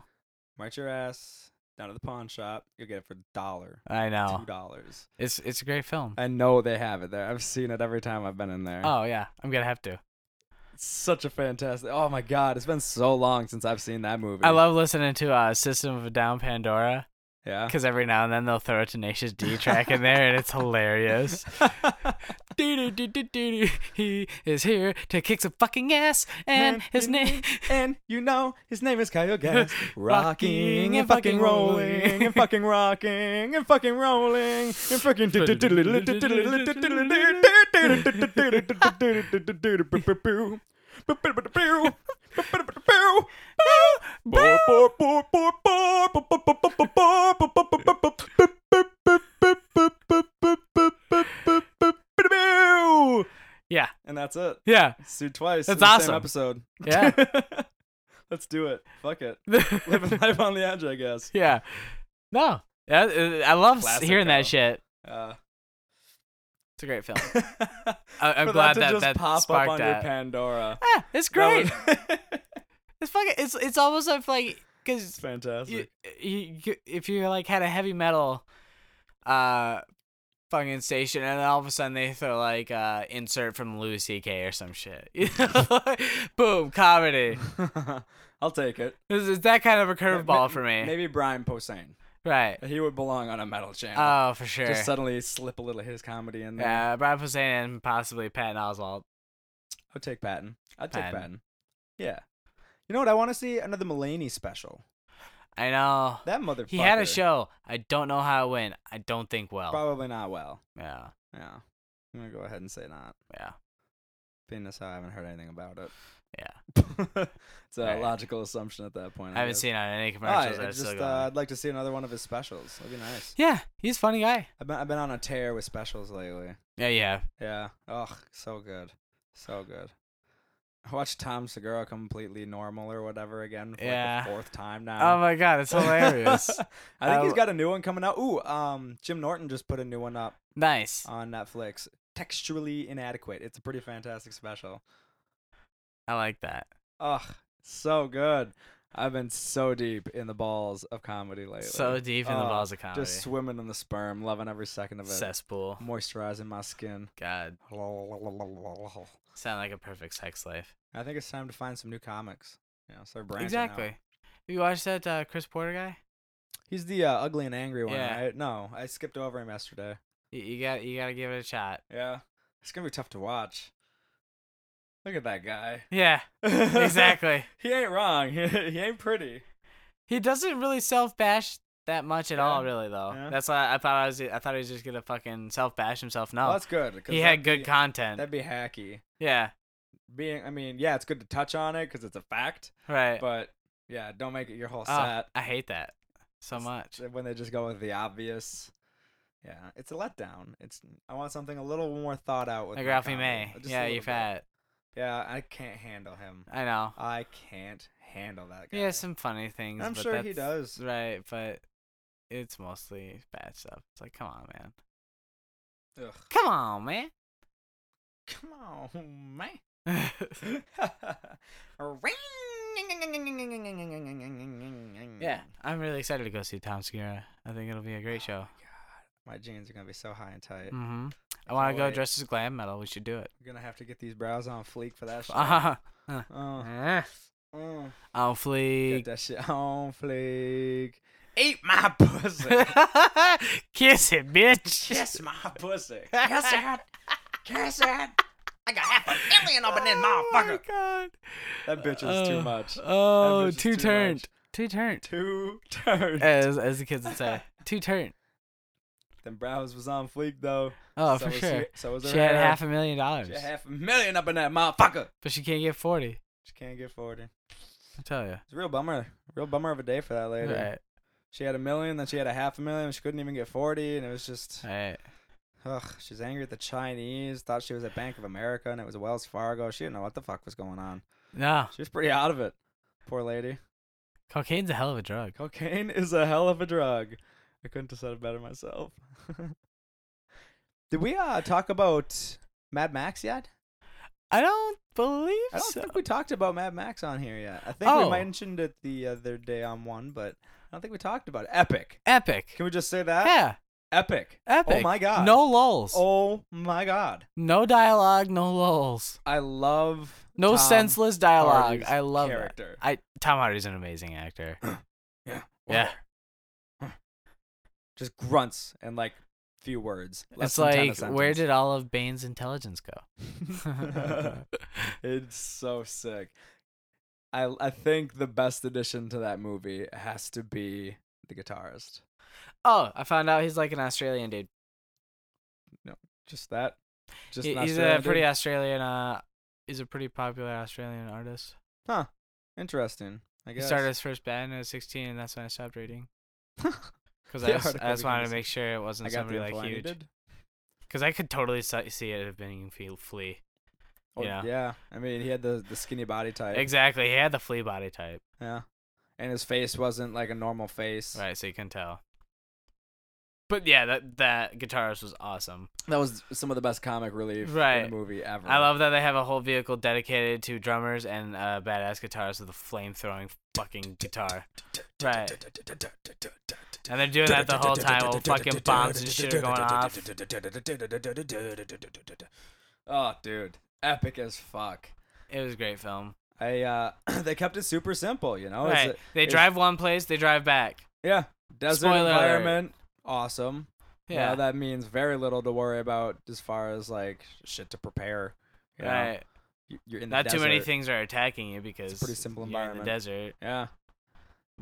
C: March your ass down to the pawn shop. You'll get it for a dollar.
D: I know.
C: Two dollars.
D: It's it's a great film.
C: I know they have it there. I've seen it every time I've been in there.
D: Oh yeah, I'm gonna have to.
C: It's such a fantastic. Oh my god, it's been so long since I've seen that movie.
D: I love listening to uh, System of a Down Pandora
C: Yeah.
D: because every now and then they'll throw a Tenacious D track in there and it's (laughs) hilarious. Doo doo doo doo He is here to kick some fucking ass, and
C: Man,
D: his
C: you
D: name.
C: and you know his name is Kyle Gass.
D: Rocking
C: Rocking
D: and
C: and fucking
D: fucking rolling.
C: rolling and fucking rocking and fucking rolling and fucking.
D: Yeah,
C: And that's it.
D: yeah,
C: Sued twice.
D: That's
C: in the
D: awesome.
C: Same episode.
D: yeah, (laughs)
C: Let's do it. Fuck it. Living life on the edge, I guess.
D: yeah. No, That- uh, I love s-
C: Classic
D: hearing
C: Kyle.
D: that shit.
C: Uh,
D: It's a
C: (laughs)
D: great film.
C: for
D: I, I'm
C: that
D: glad
C: to
D: that
C: just
D: that
C: pop up
D: sparked
C: on your
D: that.
C: Pandora.
D: Ah, it's great.
C: That was- (laughs)
D: It's fucking. It's it's almost if like
C: it's
D: because you,
C: fantastic.
D: you, you- if you like had a heavy metal, uh, fucking station, and then all of a sudden they throw like uh insert from Louis C.K. or some shit.
C: (laughs)
D: You know? (laughs) Boom, comedy.
C: I'll take it.
D: This is that kind of a curveball
C: Ma-
D: for me.
C: Maybe Brian Posehn.
D: Right.
C: He would belong on a metal channel.
D: Oh, for sure.
C: Just suddenly slip a little of his comedy in there.
D: Yeah, Brian Posehn and possibly Patton Oswald.
C: I'd take Patton. I'd take
D: Patton.
C: Patton. Yeah. You know what? I want to see another Mulaney special.
D: I know.
C: That motherfucker.
D: He had a show. I don't know how it went. I don't think well.
C: Probably not well.
D: Yeah.
C: Yeah. I'm going to go ahead and say not.
D: Yeah.
C: Being this high, I haven't heard anything about it. (laughs)
D: Yeah.
C: it's a
D: Right.
C: logical assumption at that point.
D: I haven't
C: guess.
D: seen on any
C: Oh, I,
D: commercials.
C: I
D: that's still
C: just,
D: going.
C: uh, I'd like to see another one of his specials. That'd be nice.
D: yeah, he's a funny guy.
C: I've been, I've been on a tear with specials lately.
D: Yeah, yeah.
C: Yeah. Ugh, so good. So good. I watched Tom Segura completely normal or whatever again for
D: Yeah.
C: like the fourth time now.
D: Oh my
C: (laughs)
D: god, it's hilarious.
C: I think he's
D: I-
C: got a new one coming out. Ooh, um, Jim Norton just put a new one up
D: nice.
C: on Netflix. Textually inadequate. It's a pretty fantastic special.
D: I like that.
C: Ugh, so good. I've been so deep in the balls of comedy lately.
D: So deep in the
C: Oh,
D: balls of comedy.
C: Just swimming in the sperm, loving every second of it.
D: Cesspool.
C: Moisturizing my skin.
D: God,
C: I
D: sound like a perfect sex life.
C: think it's time to find some new comics. You know, start branching out.
D: exactly. You watched that uh, Chris Porter guy?
C: He's the uh, ugly and angry one,
D: Yeah.
C: right? No, I skipped over him yesterday.
D: You, you got you got to give it a shot.
C: Yeah. It's going to be tough to watch. Look at that guy. (laughs)
D: Yeah, exactly.
C: he ain't wrong. (laughs) He, he ain't pretty.
D: He doesn't really self bash that much at all,
C: Yeah.
D: really though.
C: Yeah.
D: That's why I thought I was I thought he was just gonna fucking self bash himself. No,
C: Well, that's good. 'cause
D: Oh, he had
C: that'd
D: good
C: be-
D: content.
C: That'd be hacky.
D: yeah,
C: Being, I mean, yeah, it's good to touch on it because it's a fact,
D: right.
C: but yeah, don't make it your whole
D: Oh,
C: set.
D: I hate that so much.
C: when they Ah. just go with the obvious. Yeah, it's a letdown. It's I want something a little more thought out with
D: Like
C: my
D: Ralphie
C: comedy.
D: May.
C: Just a
D: Yeah,
C: little
D: you
C: bit.
D: fat.
C: Yeah, I can't handle him.
D: I know.
C: I can't handle that guy.
D: He has some funny things.
C: I'm
D: but
C: sure he
D: that's-
C: does.
D: Right, but it's mostly bad stuff. It's like, come on, man.
C: Ugh.
D: Come on, man.
C: Come on, man.
D: (laughs)
C: (laughs)
D: yeah, I'm really excited to go see Tom Segura. I think it'll be a
C: Ah,
D: great show.
C: My jeans are gonna be so high and tight.
D: hmm I
C: I
D: want to
C: can't
D: go
C: wait.
D: dressed as glam metal. We should do it.
C: We're gonna have to get these brows on fleek for that shit.
D: (laughs) Uh,
C: Uh,
D: Mm-hmm.
C: uh,
D: I'll
C: get
D: fleek.
C: that shit on fleek. Eat
D: (laughs)
C: my pussy. (laughs)
D: Kiss it, bitch.
C: Kiss my pussy. Kiss it. Kiss it. I got half a million up in this motherfucker.
D: Oh God.
C: That bitch was too
D: Oh,
C: much.
D: Oh,
C: bitch is
D: too
C: too much.
D: turned. Too turned. (laughs)
C: Two turns.
D: As as the kids
C: (laughs)
D: would say. Too turned.
C: Them brows was on fleek though.
D: Oh,
C: So
D: for
C: was
D: sure.
C: Her, so was her
D: She had
C: hair.
D: half a million dollars.
C: She had half a million up in that motherfucker.
D: But she can't get 40.
C: She can't get forty.
D: I tell you.
C: It's a real bummer. Real bummer of a day for that lady.
D: Right.
C: She had a million, then she had a half a million. She couldn't even get forty, and it was just
D: Right.
C: ugh. She's angry at the Chinese. Thought she was at Bank of America, and it was Wells Fargo. She didn't know what the fuck was going on.
D: No.
C: She was pretty out of it. Poor lady.
D: Cocaine's a hell of a drug.
C: Cocaine is a hell of a drug. I couldn't have said it better myself. (laughs) Did we uh talk about Mad Max yet?
D: I don't believe
C: I don't
D: so.
C: think we talked about Mad Max on here yet. I think
D: Oh.
C: we mentioned it the other day on one, but I don't think we talked about it. Epic.
D: Epic.
C: Can we just say that?
D: Yeah.
C: Epic.
D: Epic.
C: Oh my god.
D: No lulls.
C: Oh my god.
D: No dialogue, no lulls.
C: I love
D: No
C: Tom
D: senseless dialogue.
C: Hardy's
D: I love it.
C: character.
D: I Tom Hardy's an amazing actor.
C: (clears throat) Yeah.
D: Yeah.
C: Just grunts and like few words. Less
D: it's
C: than 10 a
D: like where
C: sentence.
D: did all of Bane's intelligence (laughs) go?
C: (laughs) it's so sick. I I think the best addition to that movie has to be the guitarist.
D: oh, I found out he's like an Australian dude.
C: Just that. Just
D: He-
C: an
D: he's
C: Australian
D: a pretty
C: dude?
D: Australian. Uh, he's a pretty popular Australian artist.
C: interesting. I
D: He
C: guess.
D: started his first band at 16, and that's when I stopped (laughs) reading because I
C: The
D: just,
C: article
D: I just wanted to
C: becomes-
D: make sure it wasn't
C: I got
D: somebody
C: the
D: like
C: info I
D: huge.
C: needed.
D: Because I could totally si- see it have been Fe- Flea.
C: Oh,
D: Yeah.
C: yeah. I mean, he had the the skinny body type.
D: Exactly, he had the Flea body type,
C: Yeah. And his face wasn't like a normal face.
D: right? So you can tell. But yeah, that that guitarist was awesome.
C: That was some of the best comic relief in
D: Right.
C: the movie ever.
D: I love that they have a whole vehicle dedicated to drummers and uh, badass guitarists with a flame throwing fucking guitar. Right. And they're doing that the whole time while fucking bombs and shit are going off.
C: (laughs) Oh, dude. Epic as fuck.
D: It was a great film.
C: I uh (clears throat) they kept it super simple, you know? It's
D: right.
C: a-
D: they
C: Oh, it's-
D: drive one place, they drive back.
C: Yeah. Desert
D: Spoiler alert.
C: environment. Awesome. Yeah.
D: Yeah.
C: that means very little to worry about as far as like shit to prepare. You know?
D: right.
C: You- You're in the
D: Not too many
C: desert.
D: things are attacking you because
C: pretty simple
D: you're in
C: environment.
D: the desert.
C: Yeah.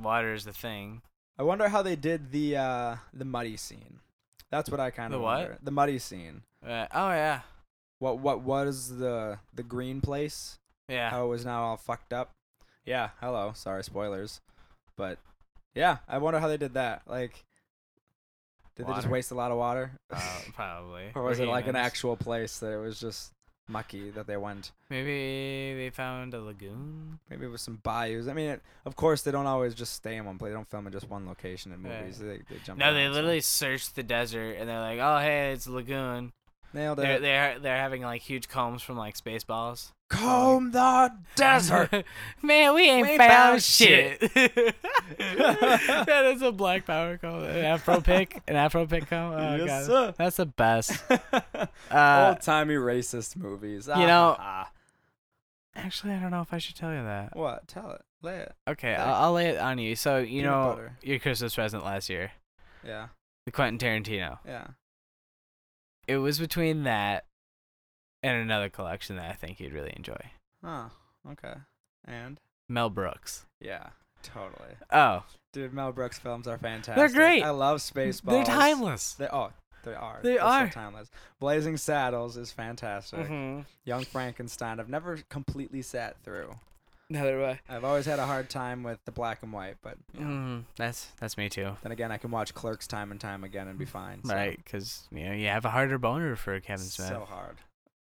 D: Water is the thing.
C: I wonder how they did the uh the muddy scene. That's what I kind
D: The
C: of
D: what?
C: wonder. The muddy scene.
D: Right. Oh yeah.
C: What what was the the green place?
D: Yeah.
C: How it was now all fucked up. Yeah, hello. Sorry, spoilers. But yeah, I wonder how they did that. Like did they just
D: Water?
C: waste a lot of water?
D: Uh, probably.
C: (laughs) or
D: We're
C: was it like an
D: humans.
C: actual place that it was just mucky that they went?
D: Maybe they found a lagoon.
C: Maybe it was some bayous. I mean, it, of course, they don't always just stay in one place. They don't film in just one location in
D: Yeah.
C: movies. They, they jump.
D: No, they
C: around, so-
D: literally searched the desert and they're like, "Oh, hey, it's a lagoon."
C: nailed
D: They're
C: it.
D: they're they're having like huge combs from like Spaceballs. (laughs)
C: Comb the desert.
D: Man, we ain't
C: We ain't
D: found,
C: found
D: shit. (laughs)
C: (laughs)
D: that is a black power comb. An afro pick. An afro pick comb. (laughs) Oh,
C: Yes,
D: God.
C: sir. Oh.
D: That's the best.
C: (laughs)
D: Uh,
C: Old timey racist movies.
D: you know-
C: Ah,
D: actually, I don't know if I should tell you that.
C: what? Tell it. Lay it.
D: Okay,
C: Thanks.
D: I'll, I'll lay it on you. So you
C: Peanut
D: know
C: butter.
D: your Christmas present last year,
C: Yeah.
D: the Quentin Tarantino.
C: Yeah.
D: It was between that and another collection that I think you'd really enjoy,
C: Huh. Okay. And
D: Mel Brooks.
C: yeah, totally.
D: Oh,
C: Dude, Mel Brooks films are fantastic.
D: great.
C: I love Spaceballs.
D: they're timeless.
C: They oh, they are.
D: They
C: They're so
D: are.
C: timeless. Blazing Saddles is fantastic.
D: Mm-hmm.
C: Young Frankenstein. I've never completely sat through.
D: Neither way.
C: I've always had a hard time with the black and white, but you know,
D: Mm, that's that's me too.
C: then again, I can watch Clerks time and time again and be fine. so-
D: Right, because you know you have a harder boner for Kevin Smith.
C: So hard.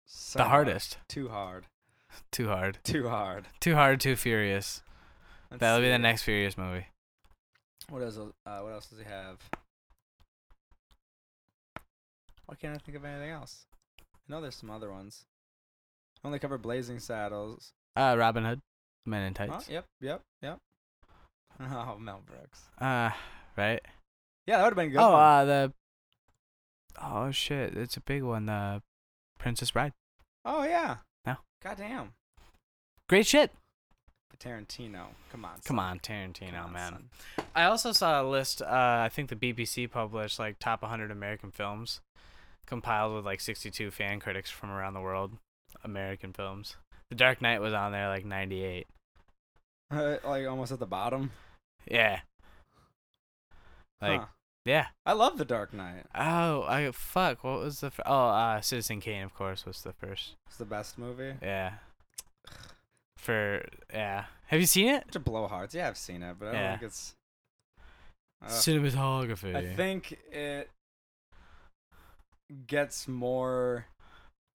C: So
D: the
C: hard.
D: hardest.
C: Too hard.
D: Too hard.
C: Too hard.
D: Too hard. Too furious.
C: Let's
D: That'll be
C: see.
D: the next Furious movie.
C: What else? Uh, what else does he have? Why can't I think of anything else? I know there's some other ones. I only cover Blazing Saddles.
D: Uh, Robin Hood, Men in
C: Huh?
D: Tights.
C: Yep, yep, yep. (laughs) Oh, Mel Brooks.
D: Uh, right.
C: Yeah, that would have been a good.
D: oh,
C: Oh,
D: uh, the. Oh shit! It's a big one. The Princess Bride.
C: oh yeah.
D: No.
C: Goddamn.
D: Great shit.
C: Tarantino. Come on.
D: Come
C: son.
D: on, Tarantino,
C: Come on,
D: man.
C: son.
D: I also saw a list. Uh, I think the BBC published like top 100 American films, compiled with like 62 fan critics from around the world. American films. The Dark Knight was on there like 98.
C: (laughs) like almost at the bottom.
D: Yeah. Like
C: Huh.
D: yeah.
C: I love The Dark Knight.
D: Oh, I fuck. What was the fir- oh uh, Citizen Kane of course was the first.
C: It's the best movie.
D: Yeah. For yeah. Have you seen it?
C: Bunch of blowhards. Yeah, I've seen it, but I don't
D: Yeah.
C: think it's.
D: Uh,
C: uh, Ugh.
D: Cinematography.
C: I think it gets more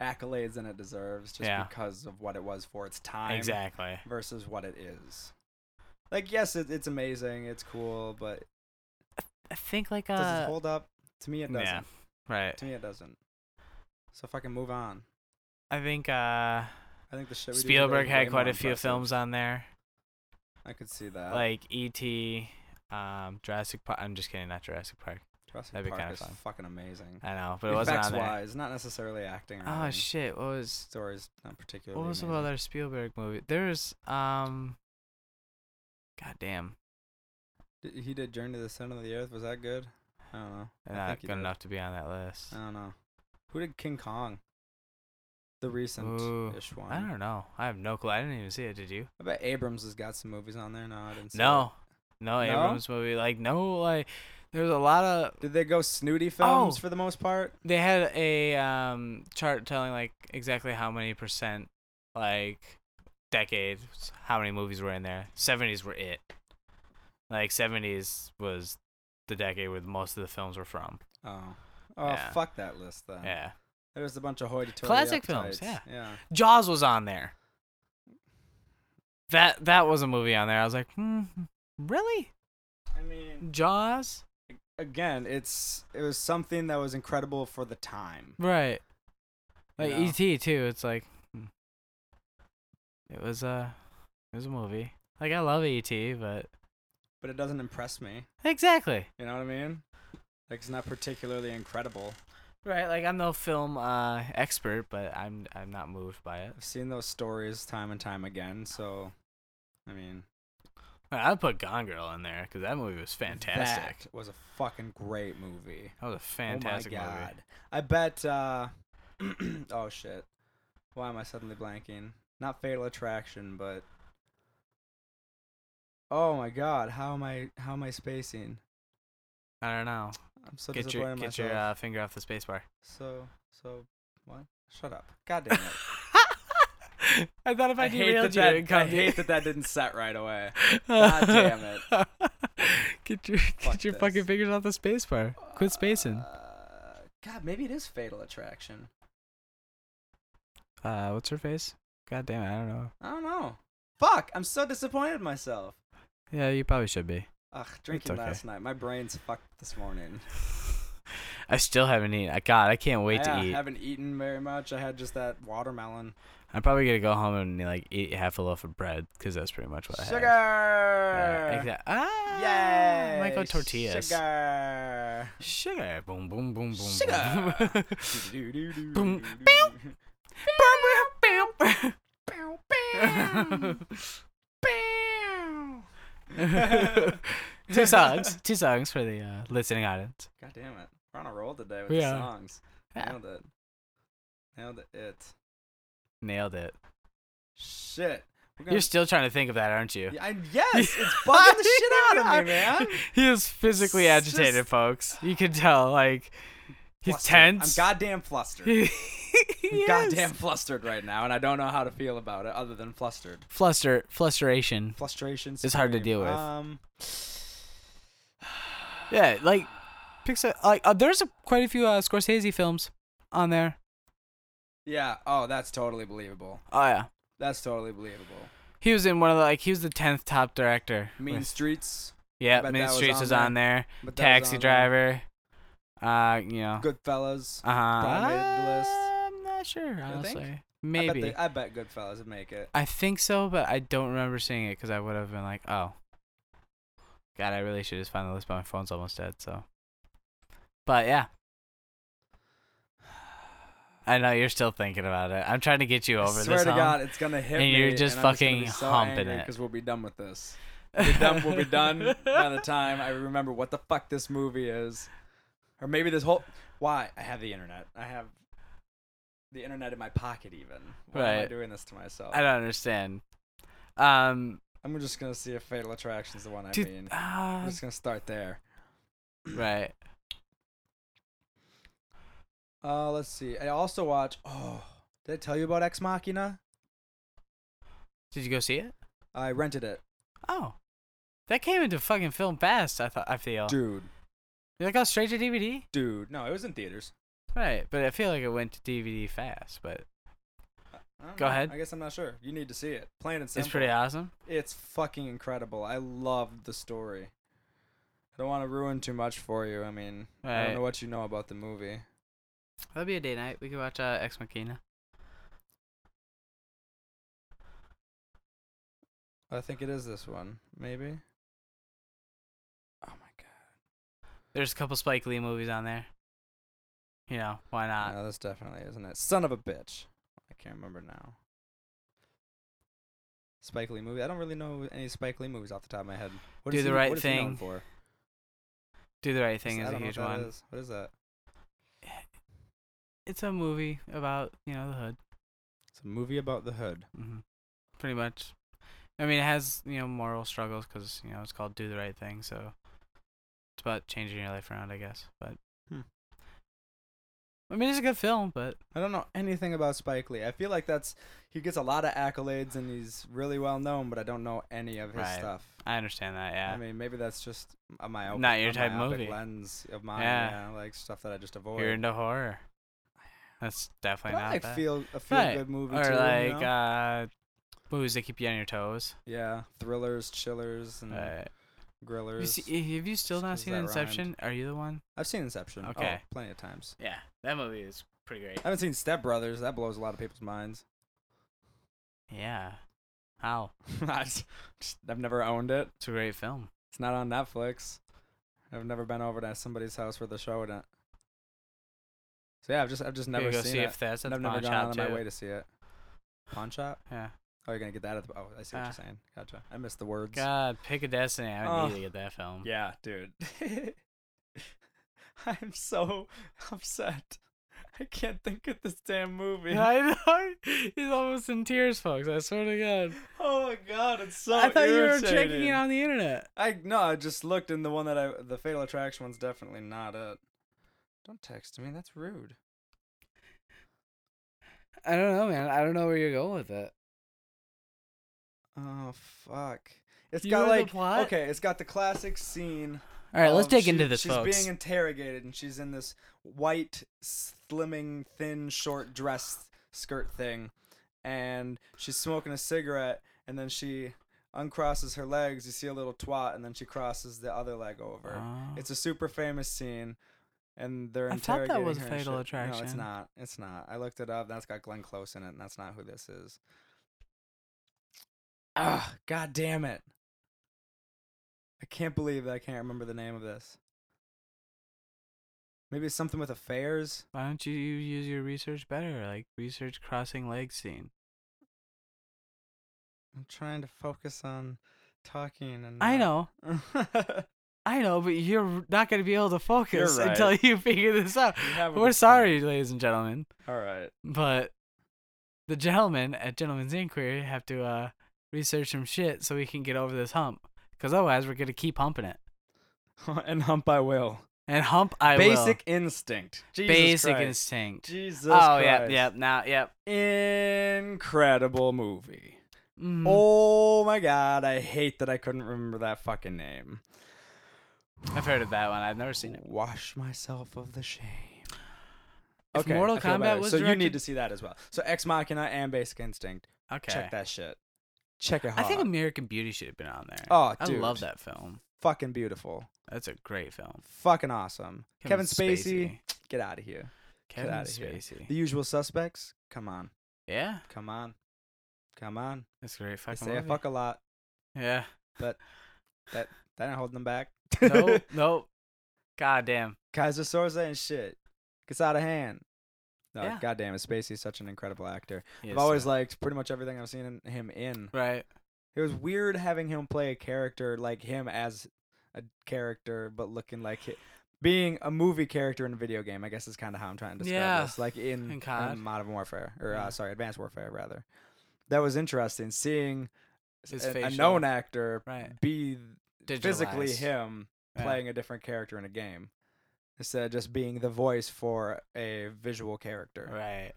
C: accolades than it deserves just
D: Yeah.
C: because of what it was for its time
D: exactly.
C: versus what it is. Like, yes, it, it's amazing, it's cool, but
D: I think like
C: does it
D: uh
C: hold up? To me, it doesn't.
D: yeah. Right.
C: To me, it doesn't. So fucking move on.
D: I think uh
C: I think the shit we do today
D: Spielberg
C: is way
D: had quite
C: more
D: a few
C: impressive.
D: films on there,
C: I could see that.
D: like E.T., um, Jurassic Park. I'm just kidding, not Jurassic Park.
C: Jurassic
D: that'd be
C: Park
D: kinda
C: is
D: fun.
C: fucking amazing.
D: I know, but it wasn't
C: Effects
D: on there.
C: wise, not necessarily acting. Or
D: Oh
C: anything.
D: shit! What was
C: Stories not particularly.
D: what was some
C: amazing.
D: other Spielberg movie? There was um, goddamn,
C: D- He did Journey to the Center of the Earth. Was that good? I don't know. I
D: not
C: think he
D: good
C: did.
D: enough to be on that list.
C: I don't know. Who did King Kong? The
D: Ooh,
C: recent ish one.
D: I don't know. I have no clue. I didn't even see it. Did you?
C: I bet Abrams has got some movies on there. No, I didn't. See
D: No,
C: No?
D: no, Abrams movie. Like no, like there's a lot of
C: it. Did they go snooty films
D: Oh.
C: for the most part?
D: they had a um chart telling like exactly how many percent like decades how many movies were in there 70s were it like 70s was the decade where most of the films were from
C: Oh. Oh,
D: Yeah.
C: fuck that list then.
D: yeah
C: There was a bunch of hoity-toity
D: Classic films,
C: uptights.
D: yeah.
C: Yeah.
D: jaws was on there that that was a movie on there i was like hmm, really
C: I mean,
D: jaws
C: again, it's it was something that was incredible for the time.
D: right like
C: Yeah.
D: et too it's like hmm. it was a it was a movie like i love et but
C: But it doesn't impress me.
D: exactly
C: You know what I mean? Like it's not particularly incredible.
D: Right, like I'm no film uh, expert, but I'm I'm not moved by it. (laughs)
C: I've seen those stories time and time again. So, I mean,
D: I would put Gone Girl in there because that movie was fantastic. That,
C: That was a fucking great movie.
D: was a fantastic
C: oh my god!
D: movie.
C: I bet. uh (clears throat) Oh shit! Why am I suddenly blanking? Not Fatal Attraction, but oh my god! How am I? How am I spacing?
D: I don't know.
C: I'm so
D: Get
C: disappointed
D: your
C: in
D: get
C: myself.
D: your uh, finger off the spacebar.
C: so so what? Shut up! God damn it!
D: (laughs) I thought if I,
C: I hate
D: derailed
C: that,
D: you, it'd
C: that I
D: (laughs) come to-
C: hate that that didn't set right
D: (laughs)
C: away. God damn it!
D: get your
C: Fuck
D: get your
C: this.
D: fucking fingers off the spacebar. Quit spacing.
C: Uh, God, maybe it is Fatal Attraction.
D: Uh, what's her face? God damn it, I don't know.
C: I don't know. Fuck, I'm so disappointed in myself.
D: Yeah, you probably should be.
C: Ugh, drinking
D: okay.
C: last night. My brain's fucked this morning.
D: I still haven't eaten. I- God, I uh, can't wait
C: I uh,
D: to eat.
C: haven't eaten very much. I had just that watermelon.
D: I'm probably gonna go home and like eat half a loaf of bread because that's pretty much what
C: Sugar!
D: I have. Yeah, exa- ah,
C: Yay!
D: Michael tortillas.
C: Sugar!
D: Sugar. Boom, boom, boom, boom.
C: Sugar! Boom.
D: Boom. (laughs) Boom. Bam. Bam, bam,
C: Bow,
D: bam.
C: bam. Bow. (laughs)
D: two songs. Two songs for the uh, listening audience.
C: God damn it. We're on a roll today with
D: We
C: the
D: are.
C: songs.
D: Yeah.
C: Nailed it. Nailed it.
D: Nailed it.
C: Shit. We're gonna-
D: You're still trying to think of that, aren't you?
C: Yeah, I,
D: (laughs)
C: yes, it's bugging the shit out of me, man.
D: He is physically
C: It's
D: agitated,
C: just-
D: folks. You can tell, like, he's
C: Flustered.
D: tense.
C: I'm goddamn flustered.
D: (laughs) He-
C: I'm
D: he
C: goddamn
D: is.
C: flustered right now, and I don't know how to feel about it other than flustered.
D: Fluster, flusteration.
C: Frustration.
D: It's hard to
C: scream.
D: deal with.
C: Um,
D: Yeah, like Pixar. Like uh, there's a, quite a few uh, Scorsese films on there.
C: yeah. Oh, that's totally believable.
D: Oh yeah,
C: That's totally believable.
D: he was in one of the like he was the tenth top director.
C: Mean
D: with-
C: Streets.
D: Yeah,
C: But
D: Main
C: that was
D: Streets was
C: on
D: on,
C: there.
D: there.
C: But that was
D: Taxi
C: on there.
D: Driver. Uh, you know.
C: Goodfellas.
D: Uh
C: made
D: huh.
C: the list.
D: I'm not sure
C: think?
D: honestly.
C: I bet,
D: Maybe.
C: they, I bet Goodfellas would make it.
D: I think so, but I don't remember seeing it because I would have been like, oh. God, I really should just find the list, but my phone's almost dead, so. But yeah. I know you're still thinking about it. I'm trying to get you over
C: I swear
D: this.
C: to
D: hump.
C: God, it's gonna hit
D: and
C: me,
D: you're just
C: and I'm gonna be
D: fucking
C: so
D: humping it.
C: because we'll be done with this. We'll be done. We'll be done by
D: (laughs)
C: the time I remember what the fuck this movie is, or maybe this whole. Why I have the internet. I have the internet in my pocket. Even why am I
D: Right.
C: doing this to myself?
D: I don't understand. Um,
C: I'm just gonna see if Fatal Attraction's the one I
D: dude,
C: mean. I'm
D: ah,
C: just gonna start there.
D: right.
C: Uh, let's see. I also watch. Oh, did I tell you about Ex Machina?
D: Did you go see it?
C: I rented it,
D: Oh, that came into fucking film fast. I thought. I feel.
C: dude.
D: You're like, oh, straight to DVD.
C: Dude, no, it was in theaters.
D: Right, but I feel like it went to DVD fast. But
C: I don't
D: Go
C: know.
D: ahead.
C: I guess I'm not sure. You need to see it. Plain and simple.
D: it's pretty awesome.
C: It's fucking incredible. I love the story. I don't want to ruin too much for you. I mean, I
D: Right.
C: don't know what you know about the movie.
D: That'll be a day night. We could watch uh, Ex Machina.
C: I think it is this one, maybe. Oh my
D: There's a couple Spike Lee movies on there. You know why
C: god.
D: not?
C: no, this definitely isn't it. Son of a bitch. I can't remember now. Spike Lee movie. I don't really know any Spike Lee movies off the top of my head. What
D: Do
C: is
D: the
C: he-
D: right
C: what is he known
D: Thing.
C: for?
D: Do the Right Thing
C: I
D: is a
C: don't know what
D: huge
C: that
D: one.
C: is. What is that?
D: It's a movie about you know the hood.
C: It's a movie about the hood.
D: hmm Pretty much. I mean, it has you know moral struggles because you know it's called Do the Right Thing, so it's about changing your life around, I guess. But
C: Hmm.
D: I mean, it's a good film, but
C: I don't know anything about Spike Lee. I feel like that's he gets a lot of accolades and he's really well known, but I don't know any of his
D: Right.
C: stuff.
D: I understand that. Yeah,
C: I mean, maybe that's just a myopic,
D: Not your
C: a
D: type
C: myopic
D: movie.
C: lens of mine. Yeah.
D: Yeah.
C: like stuff that I just avoid.
D: you're into horror. That's
C: but
D: definitely
C: I
D: not
C: like
D: that.
C: feel a feel
D: Right.
C: good movie
D: or
C: too. you
D: like
C: know?
D: uh, movies that keep you on your toes.
C: yeah, thrillers, chillers, and
D: Right. Have you,
C: Mm-hmm. grillers.
D: see- have you still not
C: Does
D: seen
C: that rhyme?
D: Inception? Are you the one?
C: I've seen Inception.
D: Okay.
C: oh, plenty of
D: (laughs)
C: times.
D: Yeah, that movie is pretty great.
C: I haven't seen Step Brothers. That blows a lot of people's
D: (laughs)
C: minds.
D: Yeah, how?
C: I just- just- (laughs) I've never owned it.
D: It's a great film.
C: It's not on Netflix. I've never been over to somebody's house where they're showing it. uh, So yeah, I've just I've just
D: You
C: never
D: go
C: seen
D: see
C: it.
D: if that's at
C: and
D: the
C: I've never
D: pawn
C: gone
D: shop
C: out of
D: too.
C: my way to see it. Pawn shop?
D: yeah.
C: Oh, you're gonna get that at the. Oh, I see what
D: Ah.
C: you're saying. Gotcha. I missed the words.
D: God, pick a destiny. I
C: Oh.
D: need to get that film.
C: Yeah, dude. (laughs) I'm so upset. I can't think of this damn movie.
D: (laughs) I know. He's almost in tears, folks. I swear to God.
C: Oh my god, it's so.
D: I thought you were checking
C: irritating.
D: it on the internet.
C: I no, I just looked, and the one that I the Fatal Attraction one's definitely not it. Don't text me. That's rude.
D: I don't know, man. I don't know where you're going with it.
C: Oh fuck! It's
D: You
C: got
D: know the
C: like
D: plot?
C: okay, it's got the classic scene.
D: All right, let's
C: of
D: dig
C: she-
D: into this,
C: She's
D: folks.
C: being interrogated, and she's in this white, slimming, thin, short dress skirt thing, and she's smoking a cigarette, and then she uncrosses her legs. You see a little twat, and then she crosses the other leg over.
D: Oh.
C: It's a super famous scene. And they're
D: I thought that
C: interrogating
D: was
C: her and
D: Fatal
C: shit. No, it's
D: Attraction.
C: not. It's not. I looked it up. That's got Glenn Close in it, and that's not who this is. Ah, god damn it. I can't believe that I can't remember the name of this. Maybe it's something with affairs.
D: Why don't you use your research better? Like research crossing leg scene.
C: I'm trying to focus on talking and
D: I
C: not-
D: know, I know, but you're not gonna be able to focus
C: right.
D: until you (laughs) figure this out.
C: have a good
D: We're
C: point.
D: sorry, ladies and gentlemen,
C: (laughs) All right.
D: but the gentlemen at Gentleman's Inquiry have to uh, research some shit so we can get over this hump. Cause otherwise, we're gonna keep humping it.
C: and hump I will.
D: And hump, I will.
C: Basic instinct. Jesus
D: basic
C: Christ.
D: instinct.
C: Jesus
D: oh
C: Christ.
D: yep, yep, now yep.
C: incredible movie.
D: Mhm.
C: Oh my god, I hate that I couldn't remember that fucking name.
D: I've heard of that one. I've never seen it.
C: Wash myself of the shame.
D: If Mortal
C: I feel
D: Kombat
C: better.
D: was
C: so you need
D: directed-
C: to see that as well. So Ex Machina and Basic Instinct.
D: Okay.
C: Check that shit. Check it out.
D: I think American Beauty should have been on there.
C: Oh,
D: I love
C: dude.
D: that film.
C: fucking beautiful.
D: That's a great film.
C: Fucking awesome. Kevin, Spacey,
D: Spacey.
C: get out of here.
D: Kevin
C: outta here.
D: Spacey.
C: The usual suspects, come on.
D: Yeah,
C: Come on. Come on.
D: that's a great
C: They
D: fucking
C: say I
D: movie.
C: fuck a lot. (laughs)
D: Yeah.
C: That ain't holding them back.
D: Nope. nope. God damn.
C: (laughs) Kaiser Soze and shit. Gets out of hand. No,
D: Yeah.
C: goddamn it. Spacey's such an incredible actor.
D: Yes,
C: I've always
D: sir.
C: liked pretty much everything I've seen in, him in.
D: Right.
C: It was weird having him play a character like him as a character, but looking like hi- being a movie character in a video game. I guess is kind of how I'm trying to describe
D: Yeah,
C: this. Like in,
D: in COD.
C: um, Modern Warfare, or
D: Yeah.
C: uh, sorry, Advanced Warfare rather. That was interesting seeing s-
D: His
C: a, a
D: facial-
C: known actor
D: Right.
C: be physically
D: Digitalized.
C: him
D: Yeah.
C: playing a different character in a game instead of just being the voice for a visual character.
D: Right.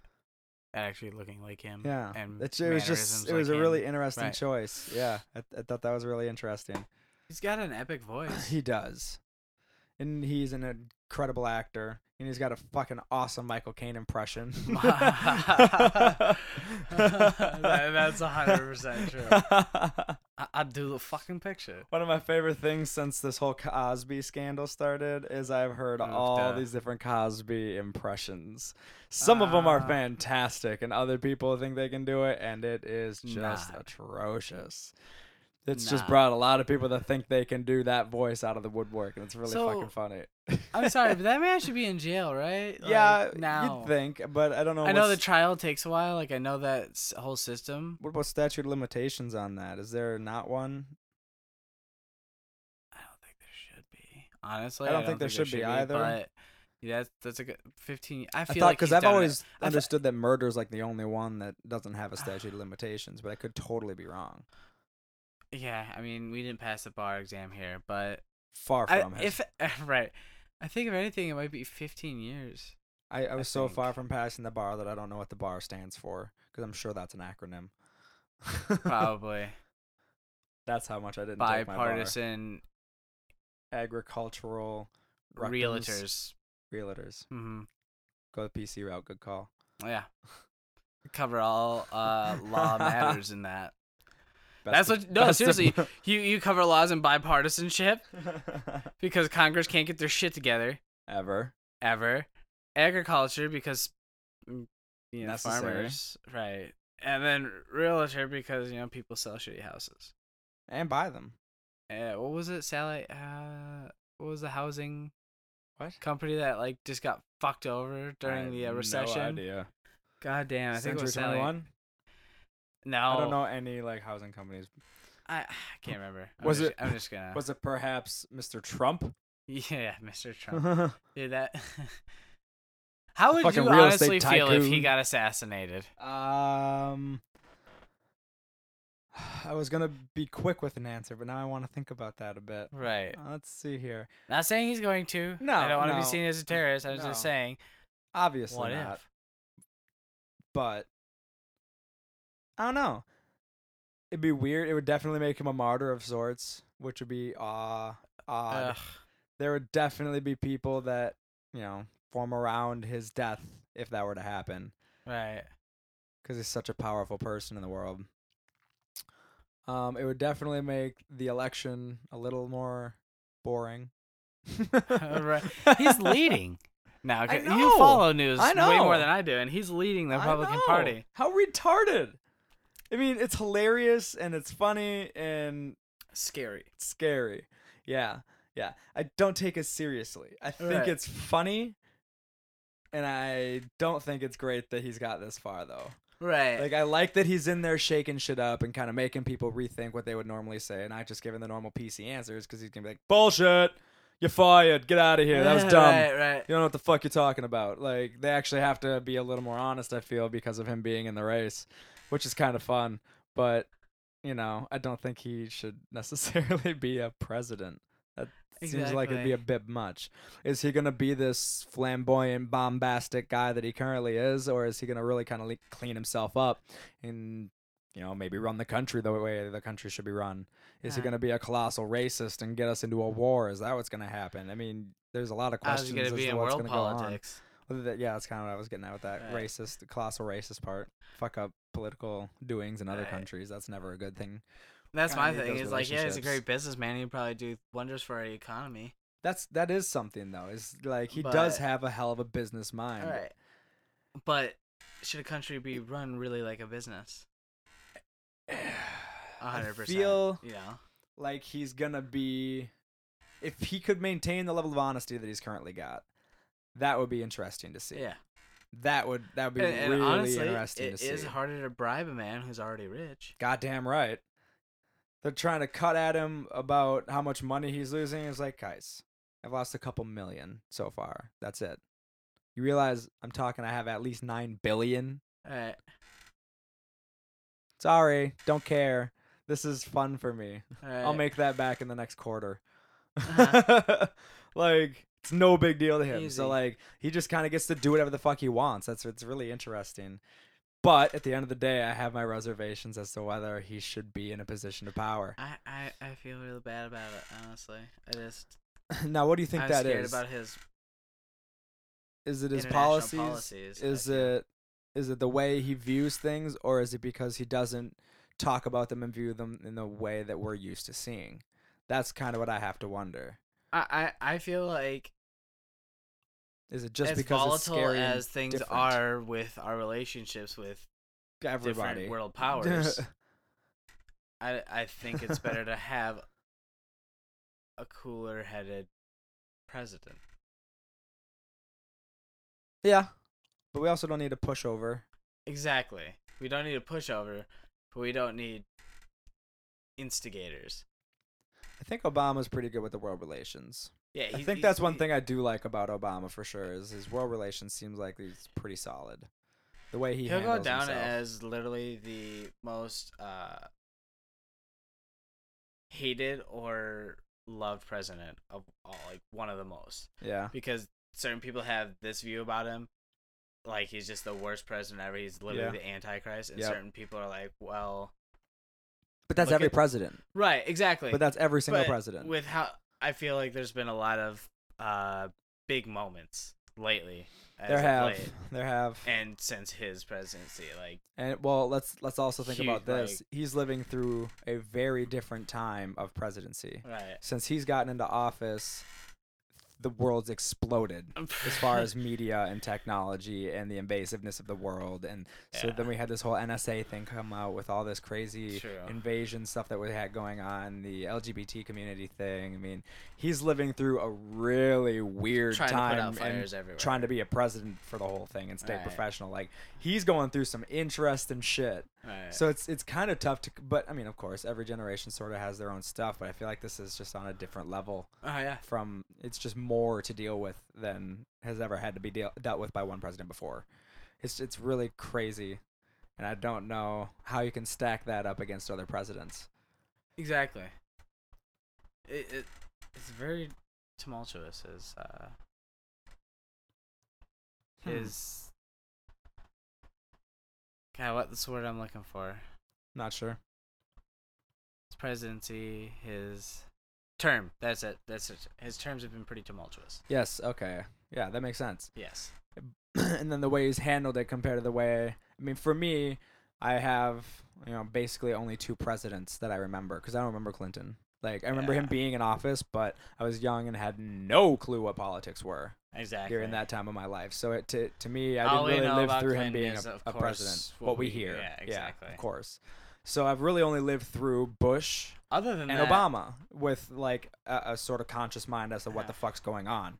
D: And actually looking like him.
C: Yeah,
D: And
C: It's- it was just
D: mannerisms
C: it was
D: like
C: a really
D: him.
C: interesting
D: Right.
C: choice. Yeah, I, I thought that was really interesting.
D: He's got an
C: (laughs) (clears throat)
D: epic voice. (laughs)
C: He does, and he's an incredible actor, and he's got a fucking awesome Michael Caine impression.
D: That- that's
C: (laughs)
D: 100% true. I, I do the fucking picture.
C: (laughs) One of my favorite things since this whole Cosby scandal started is I've heard
D: Oof,
C: all
D: duh.
C: these different Cosby impressions. Some of them are
D: Ah.
C: fantastic, and other people think they can do it, and it is just
D: Not.
C: atrocious. It's just
D: Not.
C: brought a lot of people that think they can do that voice out of the woodwork, and it's really fucking
D: So-
C: funny.
D: I'm
C: (laughs)
D: sorry, but that man should be in jail, right? Like,
C: yeah,
D: now.
C: you'd think, but I don't know.
D: I know the
C: what's-
D: trial takes a while. Like I know that s- whole system.
C: what about statute of limitations on that? Is there not one?
D: I don't think there should be. Honestly,
C: I don't think there should be either.
D: But yeah, that's that's a good 15. I
C: I
D: feel
C: thought
D: like
C: because
D: he's
C: I've
D: done it.
C: always
D: I thought-
C: understood that murder is like the only one that doesn't have a statute of limitations, but I could totally be wrong.
D: Yeah, I mean, we didn't pass the bar exam here, but
C: Far
D: I,
C: from it.
D: if (laughs) right, I think if anything, it might be
C: (laughs)
D: 15 years.
C: I, I was so
D: think.
C: far from passing the bar that I don't know what the bar stands for because I'm sure that's an acronym. (laughs)
D: Probably
C: that's how much I didn't take my bar.
D: bipartisan
C: agricultural Ruckman's-
D: realtors.
C: realtors.
D: hmm
C: Go the PC route. Good call.
D: Yeah, cover all uh, law
C: (laughs)
D: matters in that. That's
C: Best-
D: what. No,
C: best of-
D: seriously, you you cover laws in bipartisanship because Congress can't get their shit together
C: (laughs) ever.
D: ever. Agriculture because mm, you know
C: Necessary.
D: farmers, right? And then realtor because you know people sell shitty houses.
C: And buy them.
D: Uh, what was it? Sally? Uh, what was the housing
C: What?
D: company that like just got fucked over
C: I
D: during the uh,
C: have
D: recession?
C: No idea.
D: God damn! I think it was
C: Century
D: Sally.
C: 21?
D: No,
C: I don't know any like housing companies.
D: I, I can't remember. I'm
C: Was
D: just-
C: it-
D: I'm just gonna.
C: Was it perhaps Mr. (laughs) Trump?
D: (laughs) yeah, Mr. Trump.
C: Trump.
D: Dude, that. (laughs) How would
C: Fucking
D: you
C: real estate
D: honestly feel if he
C: tycoon.
D: got assassinated?
C: Um, I was gonna be quick with an answer, but now I want to think about that a bit. Uh,
D: Right.
C: Let's see here.
D: Not saying he's going to.
C: No,
D: I don't want to
C: no,
D: be seen as a terrorist. I was just
C: no.
D: saying.
C: Obviously
D: what
C: not,
D: if?
C: but I don't know. It'd be weird. It would definitely make him a martyr of sorts, which would be uh, odd.
D: Ugh,
C: There would definitely be people that you know form around his death if that were to happen, (laughs)
D: right.
C: because he's such a powerful person in the world. Um, it would definitely make the election a little more boring. (laughs)
D: Right. Oh, He's leading now.
C: I
D: 'cause
C: know.
D: You follow news
C: I
D: way
C: know.
D: more than I do, and he's leading the
C: I
D: Republican
C: know.
D: Party.
C: How retarded! I mean, it's hilarious and it's funny and
D: Scary.
C: scary. Yeah, yeah. I don't take it seriously. I think
D: Right.
C: it's funny, and I don't think it's great that he's got this far though.
D: Right.
C: Like I like that he's in there shaking shit up and kind of making people rethink what they would normally say, and not just giving the normal PC answers because he's gonna be like, "Bullshit, you're fired. Get out of here.
D: (laughs)
C: That was dumb.
D: Right. Right.
C: You don't know what the fuck you're talking about." Like they actually have to be a little more honest, I feel, because of him being in the race, which is kind of fun. But you know, I don't think he should (laughs) necessarily be a president. That seems like it'd be a bit much. Is he gonna be this flamboyant, bombastic guy that he currently is, or is he gonna really kind of le- clean himself up and you know maybe run the country the way the country should be run? Is he
D: Uh.
C: gonna be a colossal racist and get us into a war? Is that what's gonna happen? I mean, there's a lot of
D: How's
C: questions.
D: he gonna
C: as
D: be
C: to
D: in
C: what's
D: world
C: gonna go on.
D: politics?
C: Well, that- Yeah, that's kind of what I was getting at with that
D: Right.
C: racist, colossal racist part. Fuck up political doings in other
D: Right.
C: countries. That's never a good thing.
D: that's my
C: kinda need
D: thing.
C: those
D: Is like, yeah, he's a
C: relationships.
D: great businessman. He'd probably do wonders for our economy.
C: That's that is something though. Is like he does
D: But-
C: have a hell of a business mind.
D: All right, but should a country be run really like
C: (sighs)
D: a business? A hundred percent.
C: feel-
D: You know.
C: Like he's gonna be, if he could maintain the level of honesty that he's currently got, that would be interesting to see.
D: Yeah.
C: That would that would be
D: and, and
C: really
D: honestly,
C: interesting
D: it
C: to see.
D: is harder to bribe a man who's already rich.
C: Goddamn right. They're trying to cut at him about how much money he's losing. It's like, guys, I've lost a couple million so far. That's it. You realize I'm talking, I have at least 9 billion.
D: All right.
C: Sorry, don't care. This is fun for me.
D: All right.
C: I'll make that back in the next quarter.
D: Uh-huh.
C: (laughs) like, it's no big deal to him.
D: Easy.
C: So, like, he just kind of gets to do whatever the fuck he wants. That's what's really interesting. But at the end of the day, I have my reservations as to whether he should be in a position of power.
D: I, I, I feel really bad about it, honestly. I just
C: (laughs) Now, what do you think
D: I'm
C: that
D: scared
C: is?
D: about his
C: Is it his
D: international
C: policies?
D: policies, I
C: Is
D: feel.
C: it is it the way he views things, or is it because he doesn't talk about them and view them in the way that we're used to seeing? That's kind of what I have to wonder.
D: I, I, I feel like
C: Is it just
D: as
C: because
D: volatile
C: it's scary and
D: as things
C: different
D: are with our relationships with
C: to everybody (laughs)
D: different world powers, I, I think it's
C: (laughs)
D: better to have a cooler headed president.
C: yeah, but we also don't need a pushover.
D: Exactly. We don't need a pushover, but we don't need instigators.
C: I think Obama's pretty good with the world relations.
D: Yeah,
C: I
D: he-
C: think
D: he-
C: that's one
D: he-
C: thing I do like about Obama for sure is his world relations seems like he's pretty solid. The way he
D: He'll go
C: handles
D: down
C: himself.
D: as literally the most uh, hated or loved president of all, like one of the most,
C: yeah.
D: because certain people have this view about him, like he's just the worst president ever. He's literally the antichrist, and
C: Yep.
D: certain people are like, well,
C: But that's
D: Look
C: every
D: at-
C: president.
D: right, exactly.
C: But that's every single
D: But
C: president.
D: With how I feel like there's been a lot of uh, big moments lately. as
C: there
D: of
C: have,
D: late,
C: there have,
D: and since his presidency, like
C: and well, let's let's also think about
D: Huge, like-
C: this. He's living through a very different time of presidency.
D: right.
C: Since he's gotten into office, the world's exploded as far
D: (laughs)
C: as media and technology and the invasiveness of the world. And so
D: Yeah.
C: then we had this whole NSA thing come out with all this crazy
D: True.
C: invasion stuff that we had going on, the LGBT community thing. I mean, he's living through a really weird
D: Trying to put
C: time
D: out
C: and
D: fires everywhere.
C: trying to be a president for the whole thing and stay
D: Right.
C: professional. Like he's going through some interesting shit.
D: Right.
C: So it's it's kind of tough to, but I mean, of course, every generation sort of has their own stuff. But I feel like this is just on a different level
D: Oh yeah.
C: from it's just more to deal with than has ever had to be deal- dealt with by one president before. It's it's really crazy, and I don't know how you can stack that up against other presidents.
D: Exactly. It, it it's very tumultuous his uh
C: Hmm.
D: his God, what's the word I'm looking for?
C: Not sure.
D: His presidency, his term. That's it. That's it. His terms have been pretty tumultuous.
C: Yes. Okay. Yeah, that makes sense.
D: Yes.
C: and then the way he's handled it compared to the way I mean, for me, I have you know basically only two presidents that I remember because I don't remember Clinton. Like I remember him
D: Yeah.
C: being in office, but I was young and had no clue what politics were
D: Exactly.
C: during that time of my life. So it, to to me, I
D: All
C: didn't
D: we
C: really
D: know
C: live
D: about
C: through him
D: Clinton
C: being
D: is,
C: a,
D: of
C: a president.
D: course,
C: What, we hear,
D: yeah, exactly.
C: of course. So I've really only lived through Bush
D: Other than
C: and
D: that,
C: Obama with like a, a sort of conscious mind as to what the fuck's going on.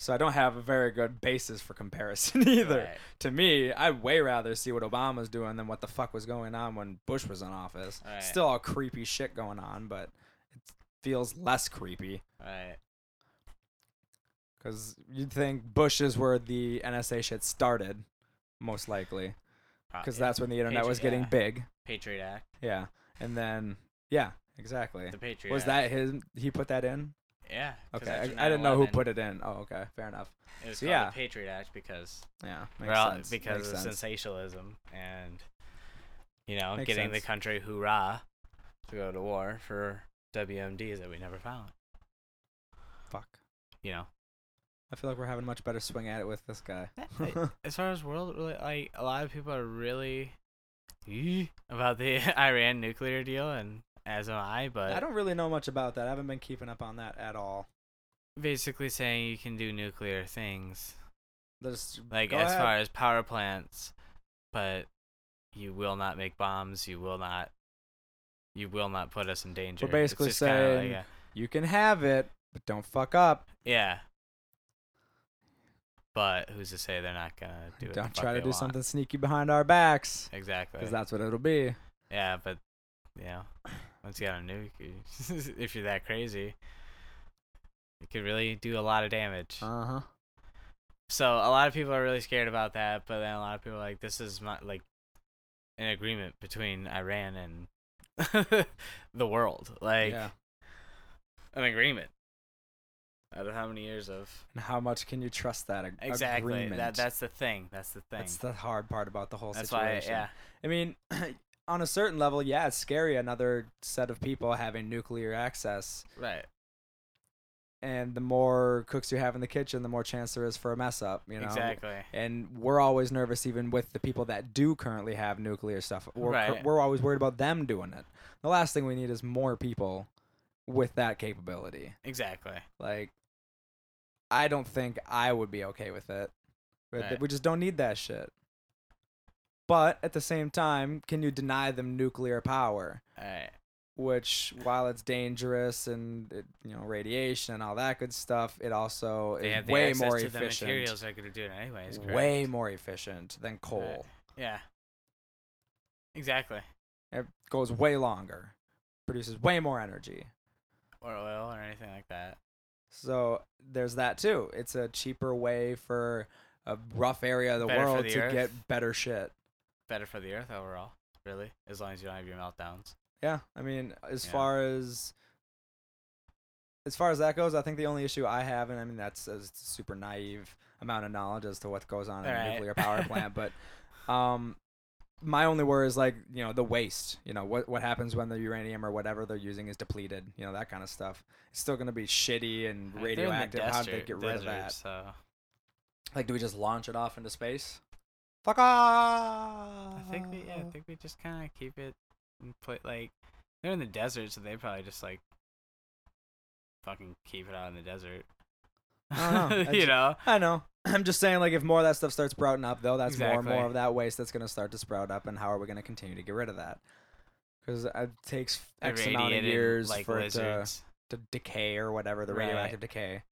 C: So I don't have a very good basis for comparison (laughs) either.
D: Right.
C: To me, I'd way rather see what Obama's doing than what the fuck was going on when Bush was in office.
D: Right.
C: Still all creepy shit going on, but it feels less creepy
D: Right.
C: because you'd think Bush is where the NSA shit started, most likely,
D: Uh,
C: because
D: yeah.
C: that's when the internet was
D: Patriot-
C: getting
D: yeah.
C: big.
D: Patriot Act.
C: Yeah, and then yeah, exactly.
D: The Patriot
C: Was
D: Act.
C: that his? He put that in.
D: Yeah.
C: Okay, I, I didn't know who put it in. Oh, okay, fair enough.
D: It was
C: so
D: called
C: yeah.
D: the Patriot Act because
C: Yeah, makes
D: Well,
C: sense.
D: because
C: makes
D: of
C: sense.
D: sensationalism and you know
C: Makes
D: getting the
C: sense.
D: country hoorah to go to war for WMDs that we never found.
C: Fuck,
D: You know,
C: I feel like we're having a much better swing at it with this guy.
D: I- as far as world, really, like (laughs) a lot of people are really eh, about the Iran nuclear deal and as am I, but
C: I don't really know much about that. I haven't been keeping up on that at all.
D: basically saying you can do nuclear things,
C: Let's
D: like
C: go
D: as
C: ahead.
D: far as power plants, but you will not make bombs. You will not. You will not put us in danger. It's
C: basically
D: just kinda like
C: saying-
D: a-
C: you can have it, but don't fuck up.
D: yeah. But who's to say they're not gonna do it?
C: don't
D: the
C: try to
D: fuck they
C: do
D: want.
C: something sneaky behind our backs,
D: Exactly.
C: because that's what it'll be.
D: Yeah, but you know, once you got a nuke, you- (laughs) if you're that crazy, it could really do a lot of damage.
C: Uh huh.
D: So a lot of people are really scared about that, but then a lot of people are like, this is my like an agreement between Iran and (laughs) the world, like
C: yeah.
D: an agreement. Out of how many years of
C: And how much can you trust that ag-
D: exactly
C: agreement?
D: that that's the thing that's the thing
C: That's the hard part about the whole
D: that's why
C: situation.
D: yeah
C: I mean, (clears throat) on a certain level, yeah, it's scary. Another set of people having nuclear access,
D: right
C: and the more cooks you have in the kitchen, the more chance there is for a mess up. You know.
D: exactly
C: And we're always nervous, even with the people that do currently have nuclear stuff. We're, cur-
D: Right.
C: we're always worried about them doing it. The last thing we need is more people with that capability.
D: exactly
C: Like, I don't think I would be okay with it. But th-
D: Right.
C: We just don't need that shit. But at the same time, can you deny them nuclear power?
D: all right
C: Which, while it's dangerous and it, you know radiation and all that good stuff, it also
D: they
C: is
D: have the
C: way
D: access
C: more
D: to the
C: efficient.
D: materials that are gonna do it anyways correct?
C: Way more efficient than coal.
D: yeah exactly
C: It goes way longer, produces way more energy.
D: or oil or anything like that
C: So there's that too. It's a cheaper way for a rough area of the
D: Better for
C: world
D: the
C: to
D: earth.
C: get better shit.
D: better for the earth overall really as long as you don't have your meltdowns
C: Yeah, I mean, as
D: Yeah.
C: far as as far as that goes, I think the only issue I have, and I mean that's a s- super naive amount of knowledge as to what goes on in a
D: Alright.
C: nuclear
D: (laughs)
C: power plant, but um, my only worry is like you know the waste. You know what what happens when the uranium or whatever they're using is depleted. You know that kind of stuff. It's still gonna be shitty and
D: Like, they're in the
C: radioactive. How do they
D: desert-
C: get rid of
D: desert,
C: that?
D: so
C: Like, do we just launch it off into space? Fuck off!
D: i think we yeah i think we just kind of keep it and put like they're in the desert so they probably just like fucking keep it out in the desert
C: I don't know. I
D: (laughs) you
C: ju-
D: know
C: I know. (clears throat) I'm just saying, like, if more of that stuff starts sprouting up, though, that's more and
D: Exactly.
C: more of that waste that's going to start to sprout up, and how are we going to continue to get rid of that? Because it takes X amount of
D: irradiated
C: years
D: like
C: for
D: lizards
C: it to, to decay or whatever, the
D: Right.
C: radioactive decay.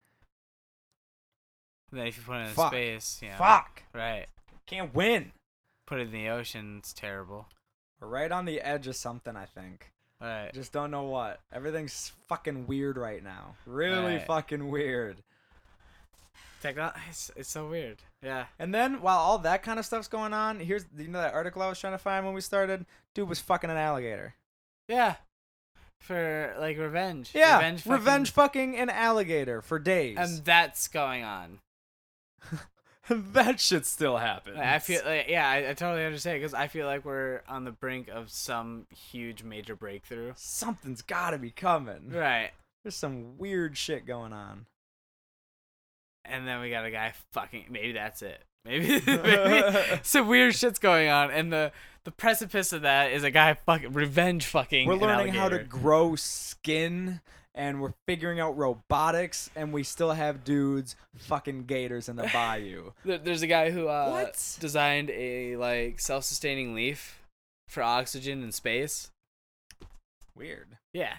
D: Then if you put it in
C: Fuck.
D: space, you know,
C: Fuck!
D: right?
C: Can't win!
D: Put it in the ocean, it's terrible.
C: We're right on the edge of something, I think.
D: Right?
C: Just don't know what. Everything's fucking weird right now. Really
D: Right.
C: fucking weird.
D: Techno- it's, it's so weird. Yeah.
C: And then while all that kind of stuff's going on, here's you know that article I was trying to find when we started. Dude was fucking an alligator.
D: Yeah. For like revenge.
C: Yeah,
D: Revenge. Fucking-
C: revenge fucking an alligator for days.
D: And that's going on. (laughs)
C: that shit still happens.
D: Like, I feel like yeah, I, I totally understand because I feel like we're on the brink of some huge major breakthrough.
C: something's got to be coming.
D: Right.
C: There's some weird shit going on.
D: And then we got a guy fucking. Maybe that's it. Maybe, (laughs)
C: (laughs)
D: maybe some weird shit's going on, and the the precipice of that is a guy fucking revenge fucking.
C: We're
D: an
C: learning how to
D: alligator.
C: grow skin, and we're figuring out robotics, and we still have dudes fucking gators in
D: (laughs)
C: the bayou.
D: There- There's a guy who uh,
C: What?
D: designed a like self-sustaining leaf for oxygen in space.
C: weird.
D: Yeah.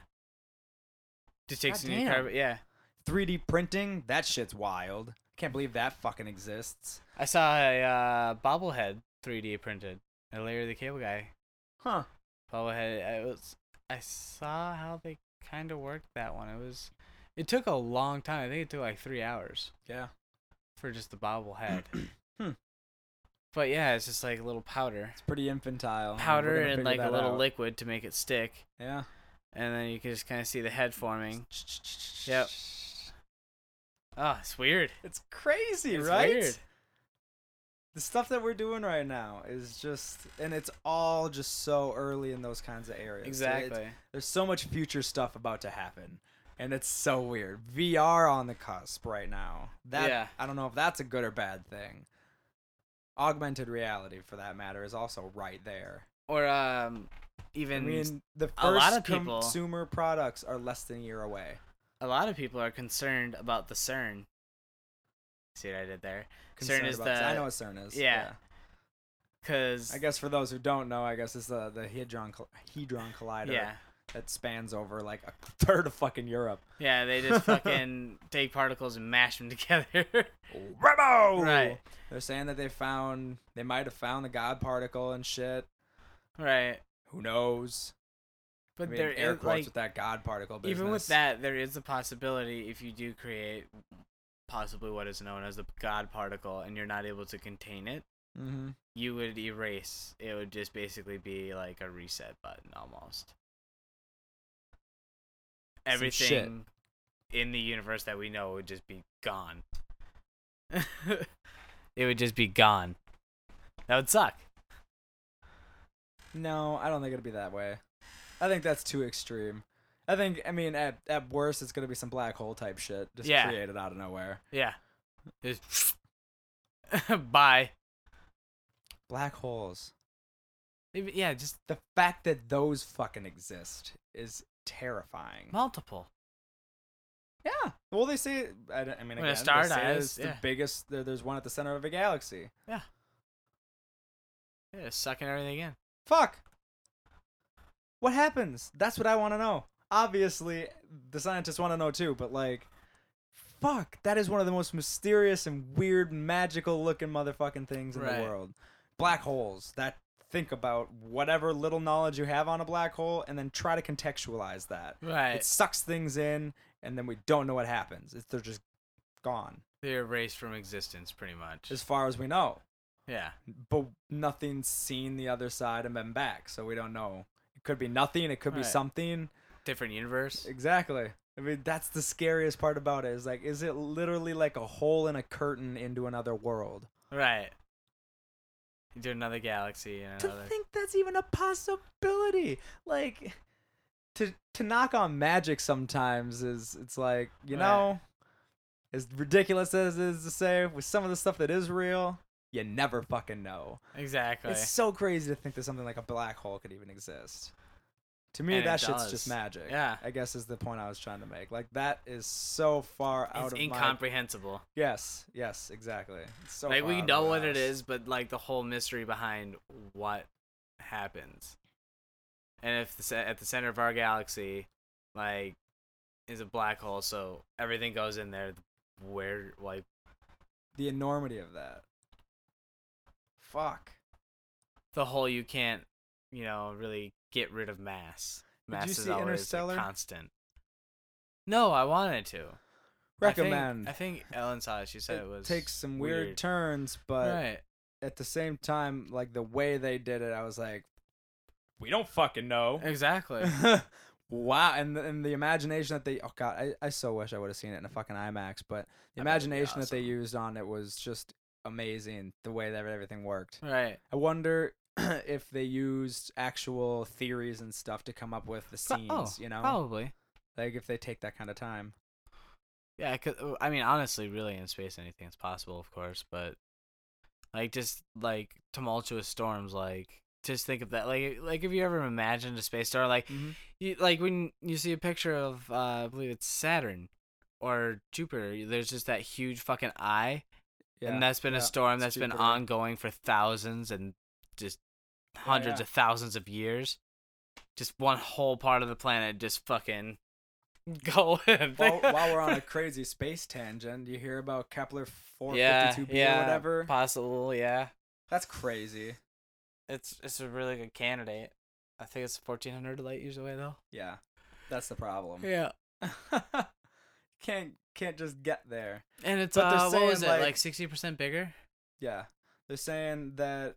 D: Just takes
C: God
D: in your
C: damn.
D: carbon. Yeah.
C: 3D printing. That shit's wild. Can't believe that fucking exists.
D: I saw a uh, bobblehead 3D printed. A Larry the Cable Guy
C: Huh.
D: bobblehead. I was. I saw how they kind of worked that one. It was. It took a long time. I think it took like three hours
C: Yeah.
D: for just the bobblehead.
C: Hmm.
D: But yeah, it's just like a little powder,
C: It's pretty infantile. and we're
D: powder
C: gonna
D: and
C: figure
D: like a
C: that
D: little
C: out.
D: liquid to make it stick.
C: Yeah.
D: and then you can just kind of see the head forming. Yep. Oh, it's weird.
C: It's crazy,
D: It's
C: right?
D: weird.
C: The stuff that we're doing right now is just, and it's all just so early in those kinds of areas. It-
D: Exactly.
C: there's so much future stuff about to happen, and it's so weird. VR on the cusp right now. That
D: Yeah.
C: I don't know if that's a good or bad thing. Augmented reality, for that matter, is also right there.
D: or um,
C: I
D: even
C: mean, the first
D: a lot of people-
C: consumer products are less than a year away.
D: a lot of people are concerned about the CERN. See what I did there?
C: Concerned
D: CERN is
C: about- I
D: the-
C: know what CERN is.
D: yeah. Because
C: I guess for those who don't know, I guess it's the the hedron col- hedron collider
D: yeah,
C: that spans over like a (laughs) third of fucking Europe.
D: yeah, they
C: (laughs)
D: just fucking take particles and mash them (laughs) together.
C: Bravo!
D: Right.
C: They're saying that they found they might have found the God particle and shit.
D: right,
C: Who knows?
D: but
C: I mean,
D: there
C: air
D: is
C: quotes
D: like
C: with that God particle business.
D: even with that, there is a possibility if you do create possibly what is known as the God particle, and you're not able to contain it.
C: hmm
D: You would erase. It would just basically be like a reset button almost.
C: Some shit.
D: Everything in the universe that we know would just be gone. (laughs) it would just be gone. That would suck.
C: No, I don't think it'll be that way. I think that's too extreme. I think I mean at at worst it's gonna be some black hole type shit just
D: Yeah.
C: created out of nowhere.
D: Yeah. Just (laughs) bye.
C: Black holes.
D: Maybe- Yeah, just
C: The fact that those fucking exist is terrifying.
D: multiple.
C: Yeah. Well, they say. I, don't- I mean,
D: When
C: again,
D: a star
C: they say
D: dies,
C: it's the
D: yeah.
C: biggest. there- There's one at the center of a galaxy.
D: Yeah, just sucking everything in.
C: Fuck. What happens? That's what I want to know. Obviously, the scientists want to know too. But like, fuck, that is one of the most mysterious and weird, magical-looking motherfucking things in
D: Right.
C: the world. Black holes. That think about whatever little knowledge you have on a black hole, and then try to contextualize that.
D: Right.
C: It sucks things in, and then we don't know what happens. It's, they're just gone,
D: They're erased from existence pretty much.
C: as far as we know.
D: yeah.
C: but nothing's seen the other side and been back, so we don't know. It could be nothing. It could be
D: Right.
C: something.
D: Different universe.
C: Exactly. I mean, that's the scariest part about it. Is like, is it literally like a hole in a curtain into another world?
D: Right. Into another galaxy and
C: To
D: another.
C: think that's even a possibility, like, to to knock on magic sometimes is it's like you
D: Right.
C: know, as ridiculous as it is to say with some of the stuff that is real, you never fucking know.
D: Exactly.
C: It's so crazy to think that something like a black hole could even exist. To me,
D: And it
C: that shit's
D: does.
C: just magic.
D: Yeah.
C: I guess is the point I was trying to make. Like that is so far out
D: It's
C: of my.
D: incomprehensible.
C: Yes. Yes. Exactly. It's so
D: like
C: far out
D: we
C: of
D: know
C: my
D: what it
C: grasp.
D: is, but like the whole mystery behind what happens. And if the, ce- at the center of our galaxy, like, is a black hole, so everything goes in there. Where like
C: The enormity of that. Fuck.
D: the whole you can't, you know, really get rid of mass.
C: Did you
D: Mass is
C: see
D: always a
C: Interstellar?
D: constant. No, I wanted to. I think-
C: Recommend.
D: I think, Ellen saw it. She said it,
C: it
D: was
C: takes some weird, turns, but
D: Right.
C: at the same time, like the way they did it, I was like, we don't fucking know. (laughs)
D: Exactly.
C: wow and the, and the imagination that they oh god i, I so wish i would have seen it in a fucking imax but the
D: I bet it'd be
C: imagination that they
D: awesome.
C: used on it was just amazing the way that everything worked
D: right.
C: i wonder (clears throat) if they used actual theories and stuff to come up with the scenes
D: oh,
C: you know
D: Probably.
C: like if they take that kind of time
D: Yeah, 'cause, uh, I mean, honestly, really, in space, anything's possible, of course, but like just like tumultuous storms, like just think of that. Like, like if you ever imagined a space storm, like
C: Mhm.
D: you, like when you see a picture of, uh, I believe it's Saturn or Jupiter, there's just that huge fucking eye, and that's been a
C: yeah,
D: storm
C: it's
D: that's been
C: Jupiter.
D: ongoing for thousands and just hundreds
C: yeah.
D: of thousands of years. Just one whole part of the planet just fucking (laughs) going.
C: while,
D: (laughs)
C: while we're on a crazy space tangent you hear about kepler 452b or whatever
D: Possible, yeah.
C: that's crazy
D: It's it's a really good candidate. I think it's fourteen hundred light years away though.
C: yeah that's the problem
D: Yeah.
C: (laughs) can't can't just get there
D: And it's
C: But they're
D: uh, what was
C: saying,
D: it,
C: like-
D: like sixty percent bigger?
C: Yeah. They're saying that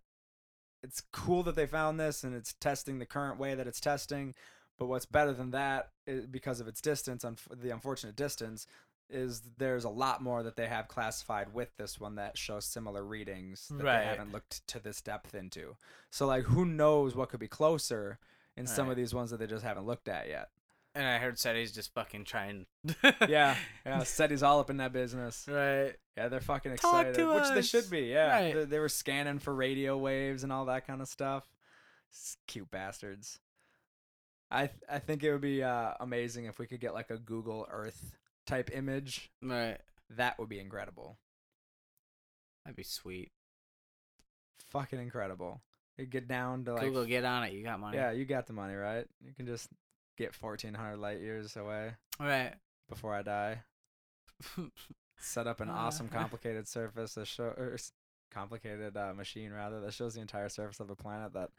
C: it's cool that they found this and it's testing the current way that it's testing. But what's better than that, i because of its distance, unf- the unfortunate distance, is there's a lot more that they have classified with this one that show similar readings that
D: Right.
C: they haven't looked to this depth into. So, like, who knows what could be closer in some
D: Right.
C: of these ones that they just haven't looked at yet?
D: And I heard SETI's just fucking trying (laughs)
C: Yeah. (laughs) Yeah. SETI's all up in that business.
D: Right.
C: Yeah, they're fucking
D: Talk
C: excited,
D: to
C: which they
D: us.
C: should be. Yeah,
D: Right.
C: they, they were scanning for radio waves and all that kind of stuff. S- Cute bastards. I th- I think it would be uh, amazing if we could get like a Google Earth type image.
D: Right.
C: That would be incredible.
D: That'd be sweet.
C: Fucking incredible. You get down to like
D: Google, get on it. You got money.
C: Yeah, you got the money, right? You can just get 1400 light years away
D: All right.
C: before I die. Set up an
D: (laughs)
C: awesome
D: Ah.
C: complicated surface that show or s- complicated uh, machine rather that shows the entire surface of a planet that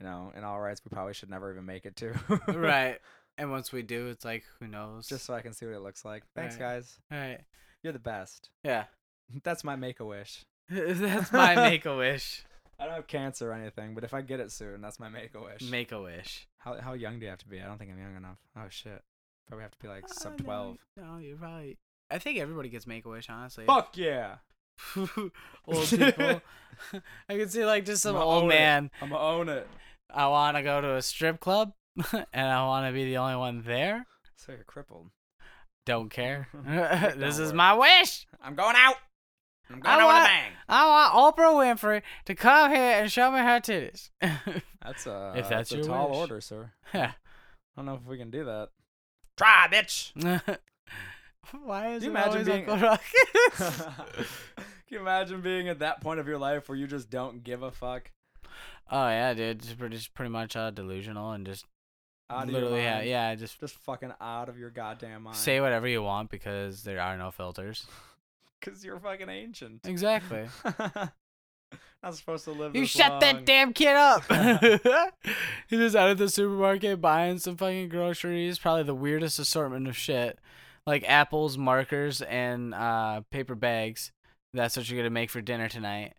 C: you know, in all rights we probably should never even make it to. (laughs)
D: right. And once we do, it's like who knows.
C: Just so I can see what it looks like. Thanks
D: Right.
C: guys.
D: all right.
C: You're the best. (laughs)
D: Yeah.
C: That's my make a wish.
D: (laughs)
C: (laughs)
D: That's my make a wish.
C: I don't have cancer or anything, but if I get it soon, that's my make a wish.
D: Make a wish.
C: How how young do you have to be? I don't think I'm young enough. Oh shit. Probably have to be like sub twelve.
D: Oh, No, you're right. I think everybody gets make a wish, honestly.
C: Fuck yeah.
D: (laughs)
C: (laughs)
D: old people. (laughs) I could see like just some
C: I'ma
D: old
C: own it.
D: man.
C: I'ma own it.
D: I want to go to a strip club, (laughs) and I want to be the only one there.
C: So you're crippled.
D: Don't care. (laughs)
C: That (laughs)
D: this
C: don't
D: is
C: work.
D: my wish.
C: I'm going out. I'm
D: I want, I want Oprah Winfrey to come here and show me her titties. (laughs)
C: That's a
D: If that's
C: a
D: your
C: tall
D: wish.
C: order, sir.
D: Yeah.
C: I don't know if we can do (laughs) that.
A: Try, bitch.
D: (laughs) Why is
C: Do you
D: it
C: imagine
D: always
C: being-
D: Uncle Ruckus?
C: (laughs)
D: (laughs)
C: can you imagine being at that point of your life where you just don't give a fuck?
D: oh yeah, dude, just pretty, just pretty much uh, delusional and just
C: Out of your
D: literally, yeah,
C: mind?
D: yeah, just
C: Just fucking out of your goddamn mind.
D: say whatever you want because there are no filters.
C: because you're fucking ancient. (laughs)
D: Exactly.
C: Not supposed to live.
D: You
C: this
D: shut
C: long.
D: that damn kid (laughs) up. he just out at the supermarket buying some fucking groceries, probably the weirdest assortment of shit, like apples, markers, and uh, paper bags. That's what you're gonna make for dinner tonight.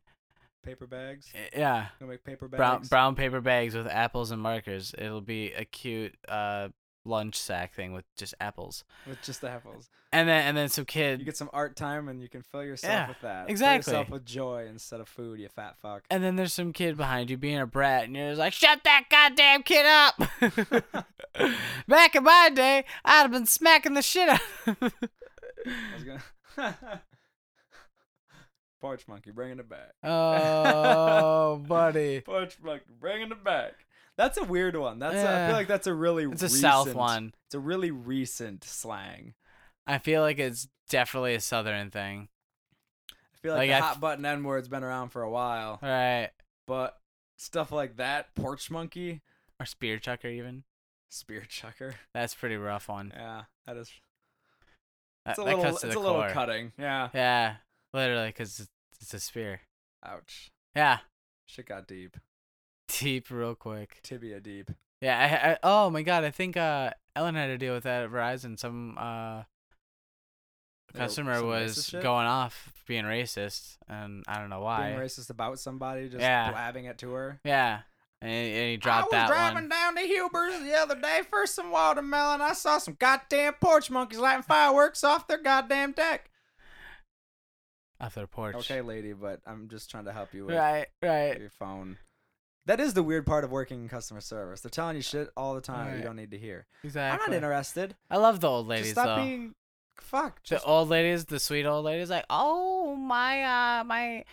C: paper bags.
D: Y- Yeah,
C: Gonna make paper bags.
D: brown brown paper bags with apples and markers. It'll be a cute uh lunch sack thing with just apples,
C: with just apples.
D: and then and then some kid,
C: You get some art time, and you can fill yourself
D: Yeah,
C: with that.
D: exactly.
C: Fill yourself with joy instead of food. You fat fuck.
D: (laughs) and then there's some kid behind you being a brat, and you're just like, shut that goddamn kid up. (laughs) Back in my day, I'd have been smacking the shit out. of him. (laughs)
C: I was gonna. (laughs) Porch monkey, bringing it back. (laughs)
D: Oh, buddy.
C: Porch monkey, bringing it back. That's a weird one. That's a, I
D: Yeah.
C: feel like that's a really
D: Eh, It's a
C: recent,
D: South one.
C: It's a really recent slang.
D: I feel like it's definitely a Southern thing.
C: I feel like,
D: Like,
C: the
D: I
C: hot
D: th-
C: button N word's been around for a while,
D: Right.
C: but stuff like that, porch monkey,
D: Or spear chucker, even.
C: spear chucker.
D: (laughs) That's a pretty rough one.
C: Yeah, that is.
D: That,
C: It's a
D: that
C: little.
D: cuts
C: It's
D: to
C: a
D: the
C: little
D: core.
C: cutting. Yeah.
D: Yeah, literally, because it's, it's a spear.
C: Ouch.
D: Yeah, (laughs)
C: Shit got deep.
D: deep, real quick.
C: Tibia deep.
D: Yeah. I, I, oh my God, I think uh, Ellen had to deal with that at Verizon. Some uh,
C: They were-
D: customer
C: Oh, some
D: was
C: racist shit?
D: going off being racist, and I don't know why.
C: Being racist about somebody, just
D: Yeah.
C: blabbing it to her.
D: yeah, and, and he dropped
C: I was
D: that
C: driving
D: one.
C: down to Huber's the other day for some watermelon. I saw some goddamn porch monkeys lighting fireworks off their goddamn deck.
D: off their porch.
C: Okay, lady, but I'm just trying to help you with
D: Right, right.
C: your phone. That is the weird part of working in customer service. They're telling you shit all the time that you
D: Right.
C: don't need to hear.
D: Exactly.
C: I'm not interested.
D: I love the old
C: just
D: ladies
C: stop
D: though.
C: being fuck.
D: the
C: Just
D: old ladies, the sweet old ladies, like, oh my, uh, my,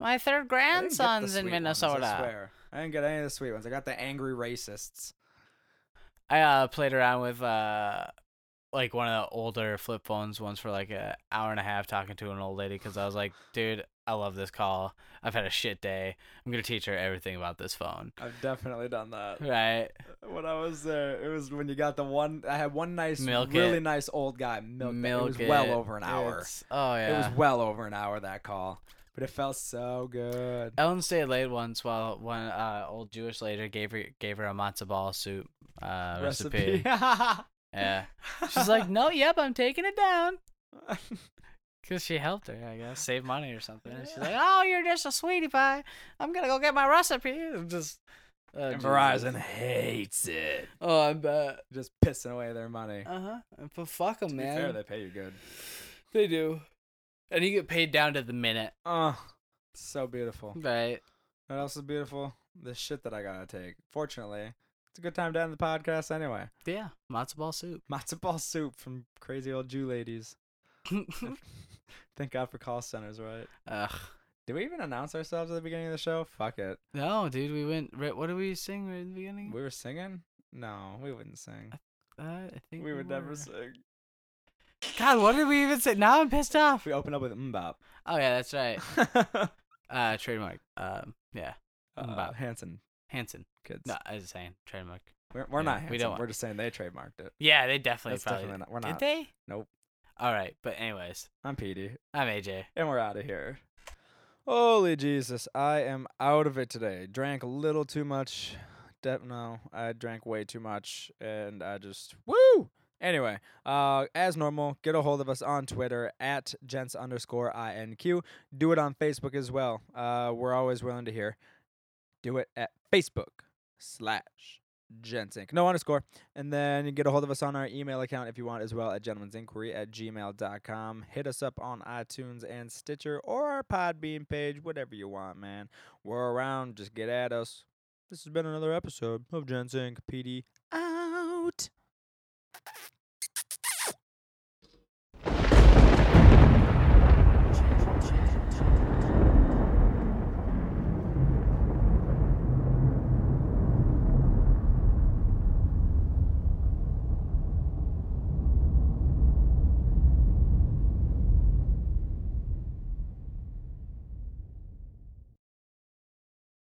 D: my
C: I
D: third
C: didn't get the
D: grandson's in
C: sweet ones,
D: Minnesota.
C: I swear. I didn't get any of the sweet ones. I got the angry racists.
D: I uh, played around with uh, like one of the older flip phones once for like an hour and a half talking to an old lady because I was like, dude, I love this call. I've had a shit day. I'm gonna teach her everything about this phone.
C: I've definitely done that.
D: (laughs) Right?
C: When I was there, it was when you got the one. I had one nice,
D: Milk
C: really
D: it.
C: nice old guy. Milk. that.
D: Milk
C: It was well
D: it.
C: over an hour.
D: It's- oh yeah.
C: It was well over an hour that call, but it felt so good.
D: Ellen stayed late once while one uh, old Jewish lady gave her gave her a matzo ball soup uh, recipe.
C: (laughs)
D: Yeah. She's like, no, yep, I'm taking it down. Because she helped her, I guess, save money or something. And she's like, oh, you're just a sweetie pie. I'm going to go get my recipe. And just. Uh,
C: And
D: Jesus.
C: Verizon hates it.
D: Oh, I bet.
C: Just pissing away their money.
D: Uh huh. But fuck them,
C: Uh-huh. To be
D: man.
C: fair, they pay you good.
D: they do. And you get paid down to the minute.
C: Oh, so
D: (laughs)
C: beautiful.
D: Right.
C: What else is beautiful? The shit that I gotta take. Fortunately, it's a good time to end the podcast anyway.
D: Yeah. Matzo ball soup. (laughs)
C: Matzo ball soup from
D: Uh,
C: crazy old Jew ladies. Thank God for call centers, right?
D: Ugh.
C: Did we even announce ourselves at the beginning of the show? Fuck it.
D: No, dude, we went. Right, what did we sing right at the beginning?
C: We were singing? No, we wouldn't sing.
D: Uh, Mm. I think
C: We would never
D: were.
C: sing.
D: (laughs) God, what did we even say? Now I'm pissed
C: (laughs)
D: off.
C: We opened up with
D: (laughs)
C: Mbop.
D: Oh yeah, that's right. Uh, trademark. Um, yeah,
C: uh,
D: Mbop.
C: Hanson
D: Hanson.
C: kids.
D: No, I was just saying trademark.
C: We're, we're
D: Yeah,
C: not
D: we
C: Hanson.
D: don't
C: We
D: want-
C: are just saying they trademarked it.
D: Yeah, they definitely
C: That's
D: probably
C: definitely not. We're
D: did
C: not.
D: they?
C: Nope.
D: All right, but anyways,
C: I'm PD.
D: I'm AJ.
C: and we're out of here. Holy Jesus, I am out of it today. Drank a little too much. De- no, I drank way too much, and I just woo. Anyway, uh, as normal, get a hold of us on Twitter at gents underscore inq. Do it on Facebook as well. Uh, we're always willing to hear. Do it at Facebook slash gents inc. No underscore. And then you get a hold of us on our email account if you want as well at gentleman'sinquiry at gmail.com. Hit us up on iTunes and Stitcher or our Podbean page, whatever you want, man. We're around. Just get at us. This has been another episode of Gents Inc. PD out.